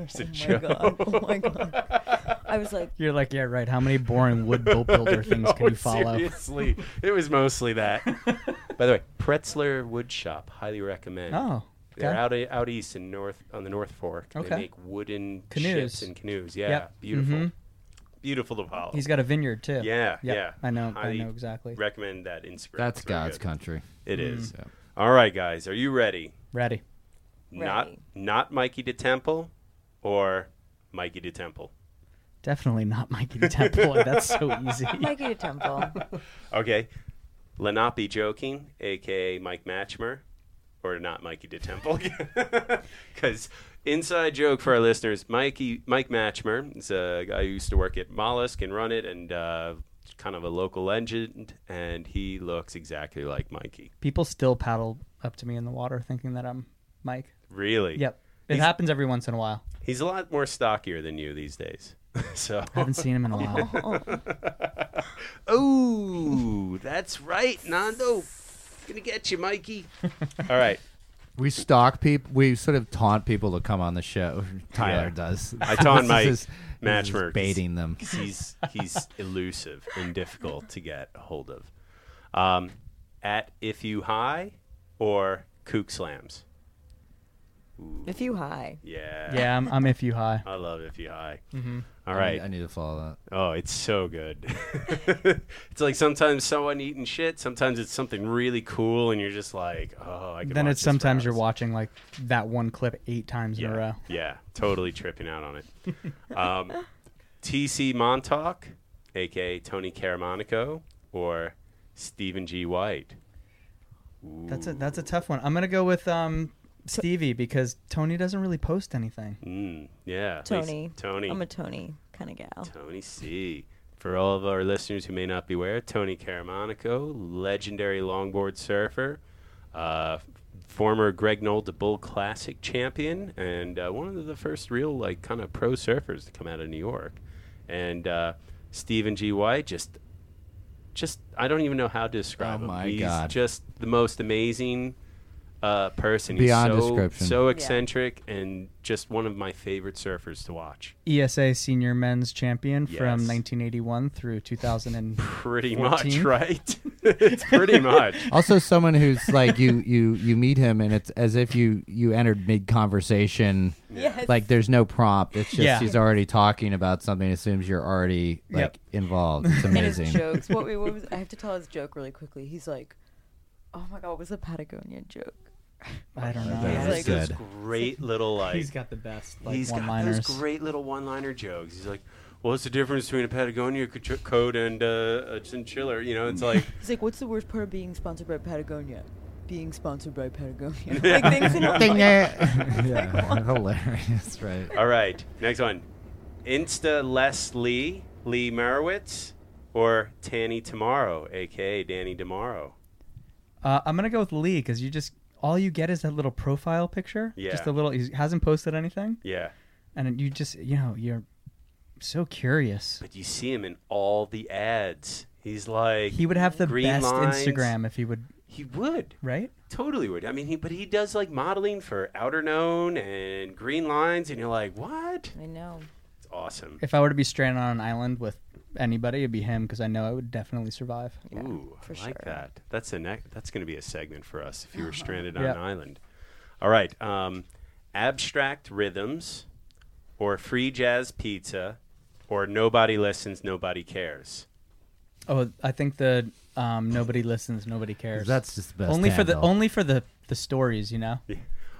S4: it's a joke.
S5: Oh my god. I was like,
S7: You're like, yeah, right. How many boring wood boat
S4: *laughs*
S7: builder things can
S4: No,
S7: you follow?
S4: Seriously, it was
S7: *laughs*
S4: mostly that. By the way, Pretzler Wood Shop, highly recommend.
S7: Oh,
S4: they're
S7: okay.
S4: out e- out east in north on the North Fork.
S7: Okay.
S4: They make wooden
S7: Canoes.
S4: ships and canoes. Yeah,
S7: Yep.
S4: beautiful,
S7: Mhm.
S4: beautiful to follow.
S7: He's got a vineyard too.
S4: Yeah,
S7: Yep.
S4: yeah.
S7: I know.
S4: Highly
S7: I know exactly.
S4: Recommend that Instagram.
S2: That's
S4: It's very
S2: God's
S4: good.
S2: country.
S4: It
S7: Mm.
S4: is. All right, guys, are you ready?
S7: Ready.
S4: Not not Mikey DeTemple, or Mikey DeTemple.
S7: Definitely not Mikey the
S4: *laughs*
S7: Temple. That's so easy.
S5: Mikey to Temple.
S4: Okay. Lenape joking, aka Mike Matchmer, or not Mikey DeTemple, *laughs* because inside joke for our listeners, Mikey Mike Matchmer is a guy who used to work at Mollusk and run it, and uh, kind of a local legend, and he looks exactly like Mikey.
S7: People still paddle up to me in the water thinking that I'm Mike.
S4: Really?
S7: Yep. It
S4: He's-
S7: happens every once in a
S4: *laughs*
S7: while.
S4: He's a lot more stockier than you these days. *laughs* so
S7: I haven't seen him in a
S4: *laughs*
S7: while. *laughs*
S4: oh, that's right, Nando. Gonna get you, Mikey. All right.
S2: We stalk people. We sort of taunt people to come on the show. *laughs* Tyler
S4: Yeah.
S2: does. *laughs*
S4: I
S2: This
S4: taunt
S2: is
S4: my
S2: his- this is
S4: matchmaker
S2: baiting them.
S4: because he's he's elusive and difficult to get a hold of. Um, at if you high or kook slams.
S5: If you high.
S4: Yeah.
S7: yeah, I'm, I'm if you high.
S4: I love if you high.
S7: Mhm.
S4: All
S2: Mm-hmm. I
S4: right.
S2: need- I need to follow
S4: Oh, it's so good. *laughs* it's like sometimes someone eating shit. Sometimes it's something really cool, and you're just like, oh, I can.
S7: Then
S4: watch
S7: it's
S4: this for
S7: sometimes you're
S4: hours.
S7: watching like that one clip eight times in a row.
S4: Yeah, totally tripping out
S7: *laughs*
S4: on it. Um, TC Montauk, aka Tony Caramonico, or Stephen G. White.
S7: That's a that's a tough one. I'm gonna go with um, Stevie because Tony doesn't really post anything.
S4: Mm, yeah, at least
S5: Tony.
S4: Tony.
S5: I'm a Tony kind of gal.
S4: Tony C. For all of our listeners who may not be aware, Tony Caramonico, legendary longboard surfer, uh, former Greg Nold Bull Classic champion and uh, one of the first real like kind of pro surfers to come out of New York. And uh, Stephen G. White just just I don't even know how to describe
S3: Oh
S4: him.
S3: my
S4: He's
S3: God.
S4: just the most amazing uh, person.
S3: Beyond
S4: He's so,
S3: description.
S4: So
S3: Yeah.
S4: eccentric and just one of my favorite surfers to watch.
S7: ESA E senior men's champion
S4: Yes.
S7: from 1981 through
S4: *laughs*
S7: 2000.
S4: Pretty much, *laughs* right? it's pretty *laughs* much.
S3: also someone who's like you you you meet him and it's as if you you entered mid conversation
S5: Yes.
S3: like there's no prompt it's just
S5: Yeah.
S3: he's already talking about something assumes you're already like
S5: Yep.
S3: involved it's
S5: And his
S3: amazing
S5: jokes. What, we- what was, I have to tell his joke really quickly. He's like, "Oh my god, what was the Patagonia joke?"
S7: I don't
S4: He's
S7: know.
S4: like those great little like.
S7: He's got the best, like,
S4: he's got
S7: one-liners.
S4: those great little one-liner jokes. He's like, "What's the difference between a Patagonia co- ch- coat and uh, a chinchilla?" You know, it's like
S7: *laughs*
S5: He's like, "What's the worst part of being sponsored by Patagonia?" Being sponsored by Patagonia. like things in like,
S3: *laughs* yeah hilarious right
S4: All right, next one. Insta Les Lee, Lee Merowitz, or Tanny Tomorrow, aka Danny Tomorrow.
S7: Uh, I'm gonna go with Lee because you just all you get is that little profile picture.
S4: Yeah.
S7: Just a little. He hasn't posted anything.
S4: Yeah.
S7: And you just you know you're so curious.
S4: But you see him in all the ads. He's like
S7: He would have the
S4: green
S7: best
S4: lines.
S7: Instagram if he would.
S4: He would.
S7: Right?
S4: Totally would. I mean, he but he does like modeling for Outer Known and Green Lines, and you're like, what?
S5: I know.
S4: It's awesome.
S7: If I were to be stranded on an island with anybody, it'd be him because I know I would definitely survive.
S4: Ooh, I like that. That's a neck. That's going to be a segment for us
S5: *laughs*
S4: if you were stranded on
S7: Yeah.
S4: an island. All right. Um, abstract rhythms, or free jazz pizza, or nobody listens, nobody cares.
S7: Oh, I think the um, nobody listens, nobody cares.
S3: That's just the best
S7: Only for the
S3: handle.
S7: only for the the stories, you know.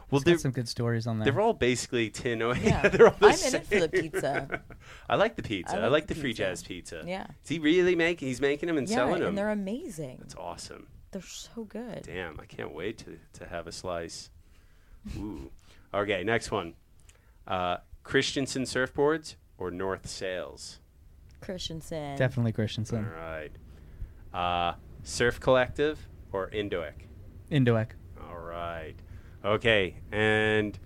S4: Well,
S7: It's got
S4: they're-
S7: some good stories on there.
S4: They're all basically tin. Oh,
S5: Yeah.
S4: *laughs* they're all the
S5: I'm
S4: same.
S5: in it for the pizza.
S4: I like the pizza. I like,
S5: like
S4: the,
S5: the
S4: free
S5: pizza.
S4: jazz pizza. *laughs*
S5: Yeah.
S4: Is he really making? He's making them and
S5: yeah,
S4: selling them.
S5: and they're amazing.
S4: That's awesome.
S5: They're so good.
S4: Damn, I can't wait to, to have a slice. Ooh. okay, next one. Uh, Christensen surfboards or North Sails?
S5: Christensen.
S7: Definitely Christensen.
S4: All right. Uh, Surf Collective or Indoic?
S7: Indoek.
S4: All right. Okay, and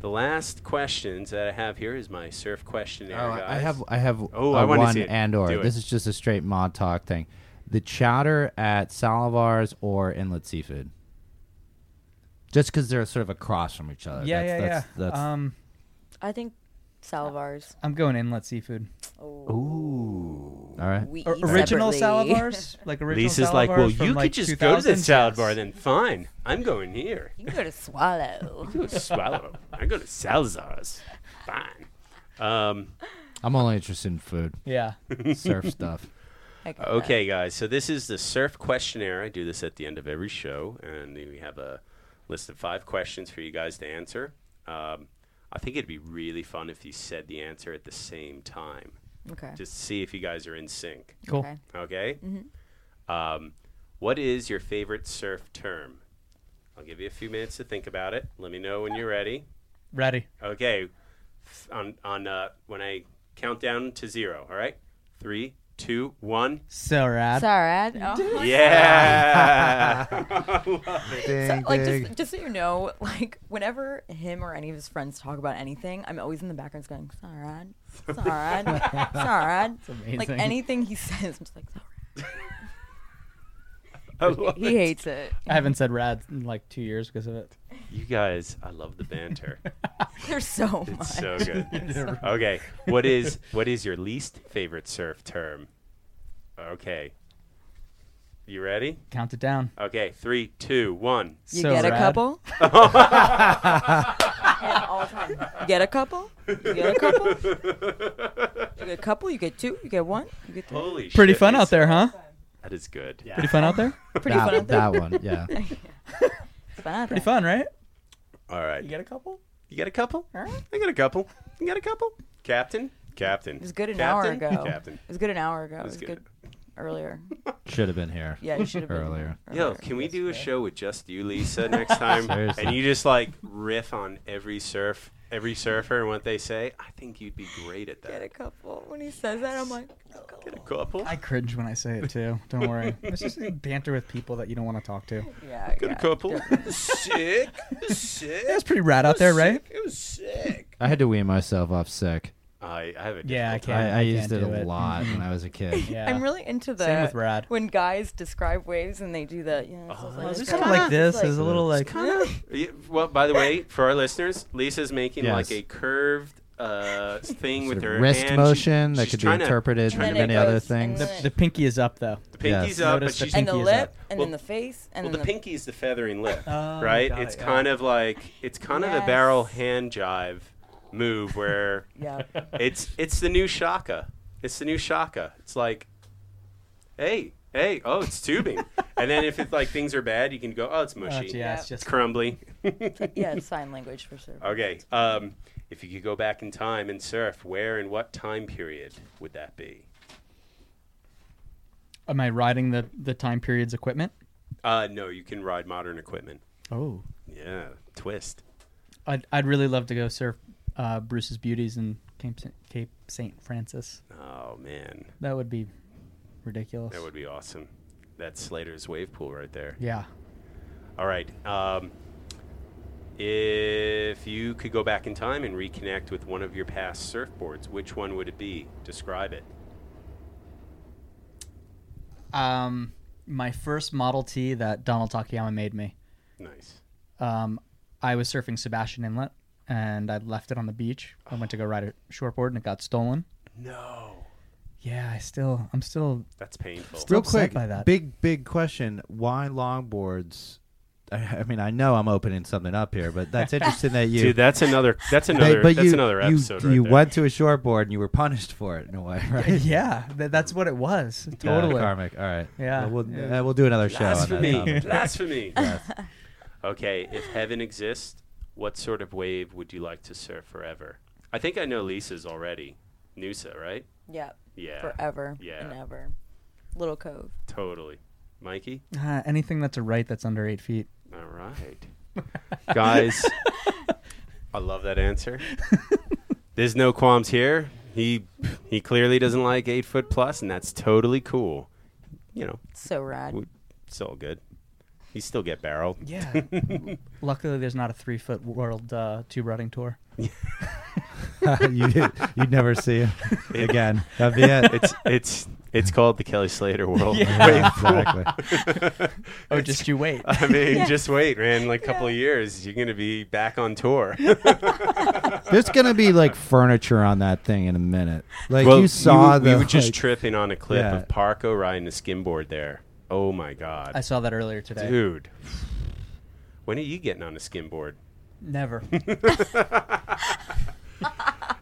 S4: the last questions that I have here is my surf questionnaire.
S3: Oh, I- I
S4: guys.
S3: have I have
S4: Oh,
S3: a
S4: I want to
S3: one
S4: see it.
S3: and or
S4: Do it.
S3: this is just a straight mod talk thing. The chowder at Salivar's or Inlet Seafood. Just because they're sort of across from each other.
S7: Yeah,
S3: that's,
S7: yeah,
S3: that's,
S7: yeah.
S3: That's,
S7: um,
S5: I think Salvars.
S7: I'm going inlet seafood.
S3: Ooh. All right.
S5: We
S7: Or-
S5: eat
S7: original
S5: separately.
S7: salivars, like original
S4: Lisa's like, well,
S7: salivars from,
S4: you
S7: like,
S4: could just go to the
S7: 2000s.
S4: salad bar then. Fine, I'm going here.
S5: *laughs* You can go to Swallow.
S4: You go to Swallow. I go to Salazar's. Fine. Um,
S3: I'm only interested in food.
S7: Yeah. *laughs*
S3: Surf stuff.
S4: okay, guys. So this is the surf questionnaire. I do this at the end of every show, and we have a list of five questions for you guys to answer. Um, I think it'd be really fun if you said the answer at the same time.
S5: Okay.
S4: Just see if you guys are in sync.
S5: Cool. Okay.
S4: Okay.
S5: Mhm.
S4: Um, what is your favorite surf term? I'll give you a few minutes to think about it. Let me know when you're ready.
S7: Ready.
S4: Okay. F- On on uh, when I count down to zero. All right. Three, two, one.
S7: So rad.
S5: Sarad. Oh my
S4: Yeah.
S7: *laughs*
S5: God.
S4: Ding,
S5: *laughs* so, like
S4: ding.
S5: just, just so you know, like whenever him or any of his friends talk about anything, I'm always in the background just going Sarad, Sarad, Sarad.
S7: It's amazing.
S5: Like anything he says, I'm just like Sarad.
S4: I love
S5: He hates it.
S7: I haven't said rad in like two years because of it.
S4: You guys, I love the banter.
S5: There's so much.
S7: *laughs*
S4: it's so good.
S5: There's so-
S4: okay. What is what is your least favorite surf term? Okay. You ready?
S7: Count it down.
S4: Okay, three, two, one.
S5: You get a couple. Yeah, all the time. You get a couple. You get a couple. You get a couple. You get two. You get one. You get three.
S4: Holy
S7: Pretty
S4: shit,
S7: fun out
S4: Lisa.
S7: there, *laughs* huh?
S4: That is good.
S7: Pretty fun out there.
S5: Pretty fun out there. It's fun out
S7: Pretty
S5: there.
S7: fun, right?
S4: All right.
S7: You get a couple.
S4: You got a couple? I got a couple. You got a couple? Captain? Captain.
S5: It was good an
S4: Captain?
S5: hour ago.
S4: Captain.
S5: It was good an hour ago. It
S4: was
S5: was, good. earlier.
S3: Should have been here.
S5: Yeah, you should have been
S3: earlier.
S4: Yo, can we do a show with just
S5: *laughs*
S4: you, Lisa, next time?
S3: Seriously.
S4: and you just like riff on every surf, every surfer and what they say. I think you'd be great at that.
S5: Get a couple. When he says that, I'm like, "Oh, God."
S4: Get a couple.
S7: I cringe when I say it too. Don't worry. *laughs* It's just banter with people that you don't want to talk to.
S5: Yeah.
S4: Get a couple. *laughs* sick. Sick.
S7: That's pretty rad out there, right?
S4: It was sick.
S3: I had to wean myself off sick.
S4: I, I have a
S7: Yeah, I
S4: difficult
S7: can't.
S3: I, I, used
S7: can't
S3: it
S7: do
S3: a lot when I was a kid.
S7: Yeah.
S5: I'm really into the
S7: Same with Rad.
S5: when guys describe waves and they do the you know, it's
S4: Oh,
S5: like,
S7: It's
S5: it's
S7: kind of
S5: kinda-
S7: like this.
S5: it's
S7: It's a little like.
S4: Yeah, well, by the way, for our listeners, Lisa's making
S3: Yes.
S4: like a curved uh, thing with her
S3: wrist
S4: hand. She-
S3: motion that
S4: she's
S3: could be
S4: trying to-
S3: interpreted
S4: trying
S3: in
S4: to
S3: many
S4: make
S3: other
S4: those-
S3: things.
S7: The, the pinky is up though.
S4: The pinky's up, but
S7: Notice the
S4: she's-
S5: and the
S7: pinky is
S5: lip
S7: up.
S5: and
S4: Well,
S5: then the face and
S4: Well, the
S5: then
S4: pinky's the feathering
S5: Mm.
S4: lip,
S5: Oh,
S4: right?
S5: got
S4: It's
S5: it, got
S4: kind
S5: it.
S4: of like it's kind of a
S5: Yes.
S4: barrel hand jive move
S5: *laughs*
S4: where
S5: Yeah.
S4: *laughs* it's it's the new shaka. It's the new shaka. It's like, hey, hey, oh,
S5: *laughs*
S4: it's tubing, and then if it's like things are bad, you can go, oh, it's mushy,
S5: yeah, it's just- *laughs*
S4: crumbly.
S5: yeah, it's sign language for sure.
S4: Okay. Um, if you could go back in time and surf, where and what time period would that be?
S7: Am I riding the the time periods equipment?
S4: Uh, no, you can ride modern equipment.
S7: Oh.
S4: Yeah, twist.
S7: I'd I'd really love to go surf uh, Bruce's beauties in Cape St- Cape Saint Francis.
S4: Oh man,
S7: That would be ridiculous.
S4: that would be awesome. That's Slater's wave pool right there.
S7: Yeah.
S4: All right. Um, if you could go back in time and reconnect with one of your past surfboards, which one would it be? Describe it.
S7: Um, my first Model T that Donald Takayama made me.
S4: Nice.
S7: Um, I was surfing Sebastian Inlet, and I left it on the beach. I went to go ride a shortboard, and it got stolen.
S4: No.
S7: Yeah, I still, I'm still. *laughs*
S4: That's painful.
S7: Still
S3: Real
S7: upset
S3: quick,
S7: by that.
S3: big big question: Why longboards? I, I mean, I know I'm opening something up here, but that's interesting
S4: *laughs*
S3: that you,
S4: Dude, that's another- that's
S3: But-
S4: another-
S3: but
S4: that's
S3: you-
S4: another
S3: you-
S4: episode
S3: You,
S4: right there.
S3: went to a shortboard and you were punished for it in a way, *laughs* right?
S7: yeah, th- that's what it was.
S3: Yeah,
S7: Totally.
S3: karmic. All right.
S7: Yeah.
S3: Well, we'll,
S7: yeah.
S3: uh, we'll do another show. on that
S4: *laughs* Blasphemy.
S3: topic. *laughs*
S4: Blasphemy.
S3: Yes.
S4: okay, if heaven exists, what sort of wave would you like to surf forever? I think I know Lisa's already. Noosa, right?
S5: Yeah.
S4: Yeah.
S5: Forever.
S4: Yeah.
S5: And ever. Little Cove.
S4: Totally.
S3: *laughs*
S4: Mikey?
S7: Uh, anything that's a right that's under eight feet.
S4: All right. Guys, I love that answer. There's no qualms here. He he clearly doesn't like eight foot plus, and that's totally cool. You know,
S5: So rad.
S4: w- it's all good. You still get barreled.
S7: Yeah. Luckily, there's not a three foot world uh, tube riding tour.
S3: you, you'd never see him
S4: *laughs* It-
S3: again. That'd be it. *laughs*
S4: It's it's it's called the Kelly Slater world.
S3: Yeah.
S4: Wait,
S3: exactly.
S7: Oh, just you wait.
S4: I mean,
S7: Yeah.
S4: just wait, man. Like a couple of years, you're gonna be back
S3: *laughs*
S4: on tour.
S3: There's gonna be like furniture on that thing in a minute. Like
S4: Well,
S3: you saw
S4: we
S3: the.
S4: were
S3: *laughs*
S4: just
S3: like-
S4: tripping on a clip
S3: Yeah.
S4: of Parko riding a skimboard there. Oh my god!
S7: I saw that earlier today.
S4: dude. When are you getting on a skimboard?
S7: Never.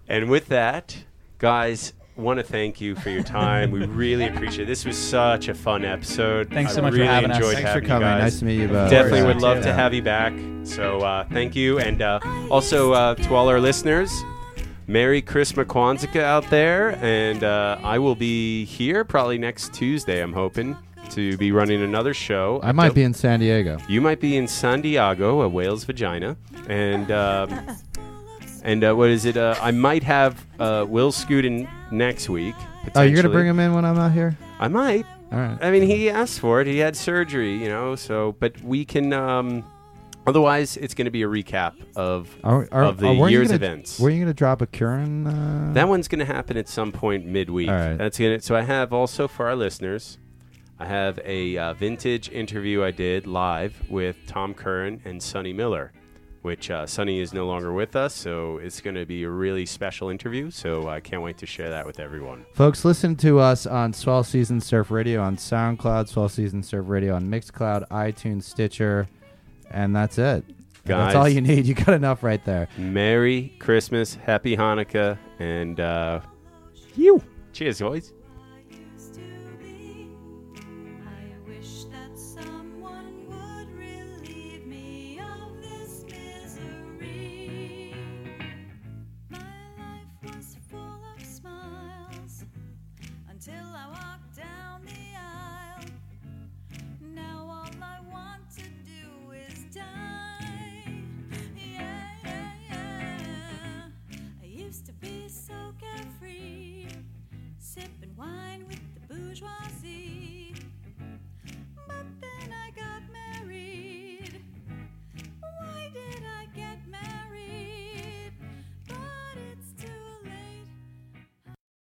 S4: And with that, guys, want to thank you for your time. We really appreciate it. This was such a fun episode.
S7: Thanks
S4: I
S7: so much for
S4: really
S7: having us.
S4: enjoyed
S3: Thanks for
S4: having you
S3: coming.
S4: guys.
S3: Nice to meet you both.
S4: Definitely
S3: Yeah.
S4: would love to
S3: Yeah.
S4: have you back. So uh, thank you, and uh, also uh, to all our listeners. Merry Christmas Kwanzaa out there, and uh, I will be here probably next Tuesday. I'm hoping to be running another show.
S3: I might be in San Diego.
S4: You might be in San Diego, a whale's vagina, and um, and uh, what is it? Uh, I might have uh, Will Scoot in next week.
S3: Oh, you're
S4: potentially.
S3: gonna bring him in when I'm out here.
S4: I might.
S3: All right.
S4: I mean, he asked for it. He had surgery, you know. So, but we can. Um, otherwise, it's going to be a recap of
S3: Are, are,
S4: of the
S3: are- weren't you
S4: year's
S3: gonna-
S4: events.
S3: Were you gonna drop a Curran? Uh,
S4: That one's going to happen at some point midweek.
S3: All right.
S4: That's gonna. So I have also for our listeners, I have a uh, vintage interview I did live with Tom Curran and Sonny Miller, which uh, Sonny is no longer with us. So it's going to be a really special interview. So I can't wait to share that with everyone.
S3: Folks, listen to us on Swell Season Surf Radio on SoundCloud, Swell Season Surf Radio on Mixcloud, iTunes, Stitcher, and that's it.
S4: Guys.
S3: That's all you need. *laughs* You got enough right there.
S4: Merry Christmas, Happy Hanukkah, and uh, you. Cheers, boys.
S10: I wish that someone would relieve me of this misery. My life was full of smiles until I walked down the aisle. Now all I want to do is die. Yeah, yeah, yeah. I used to be so carefree, sipping bourgeoisie.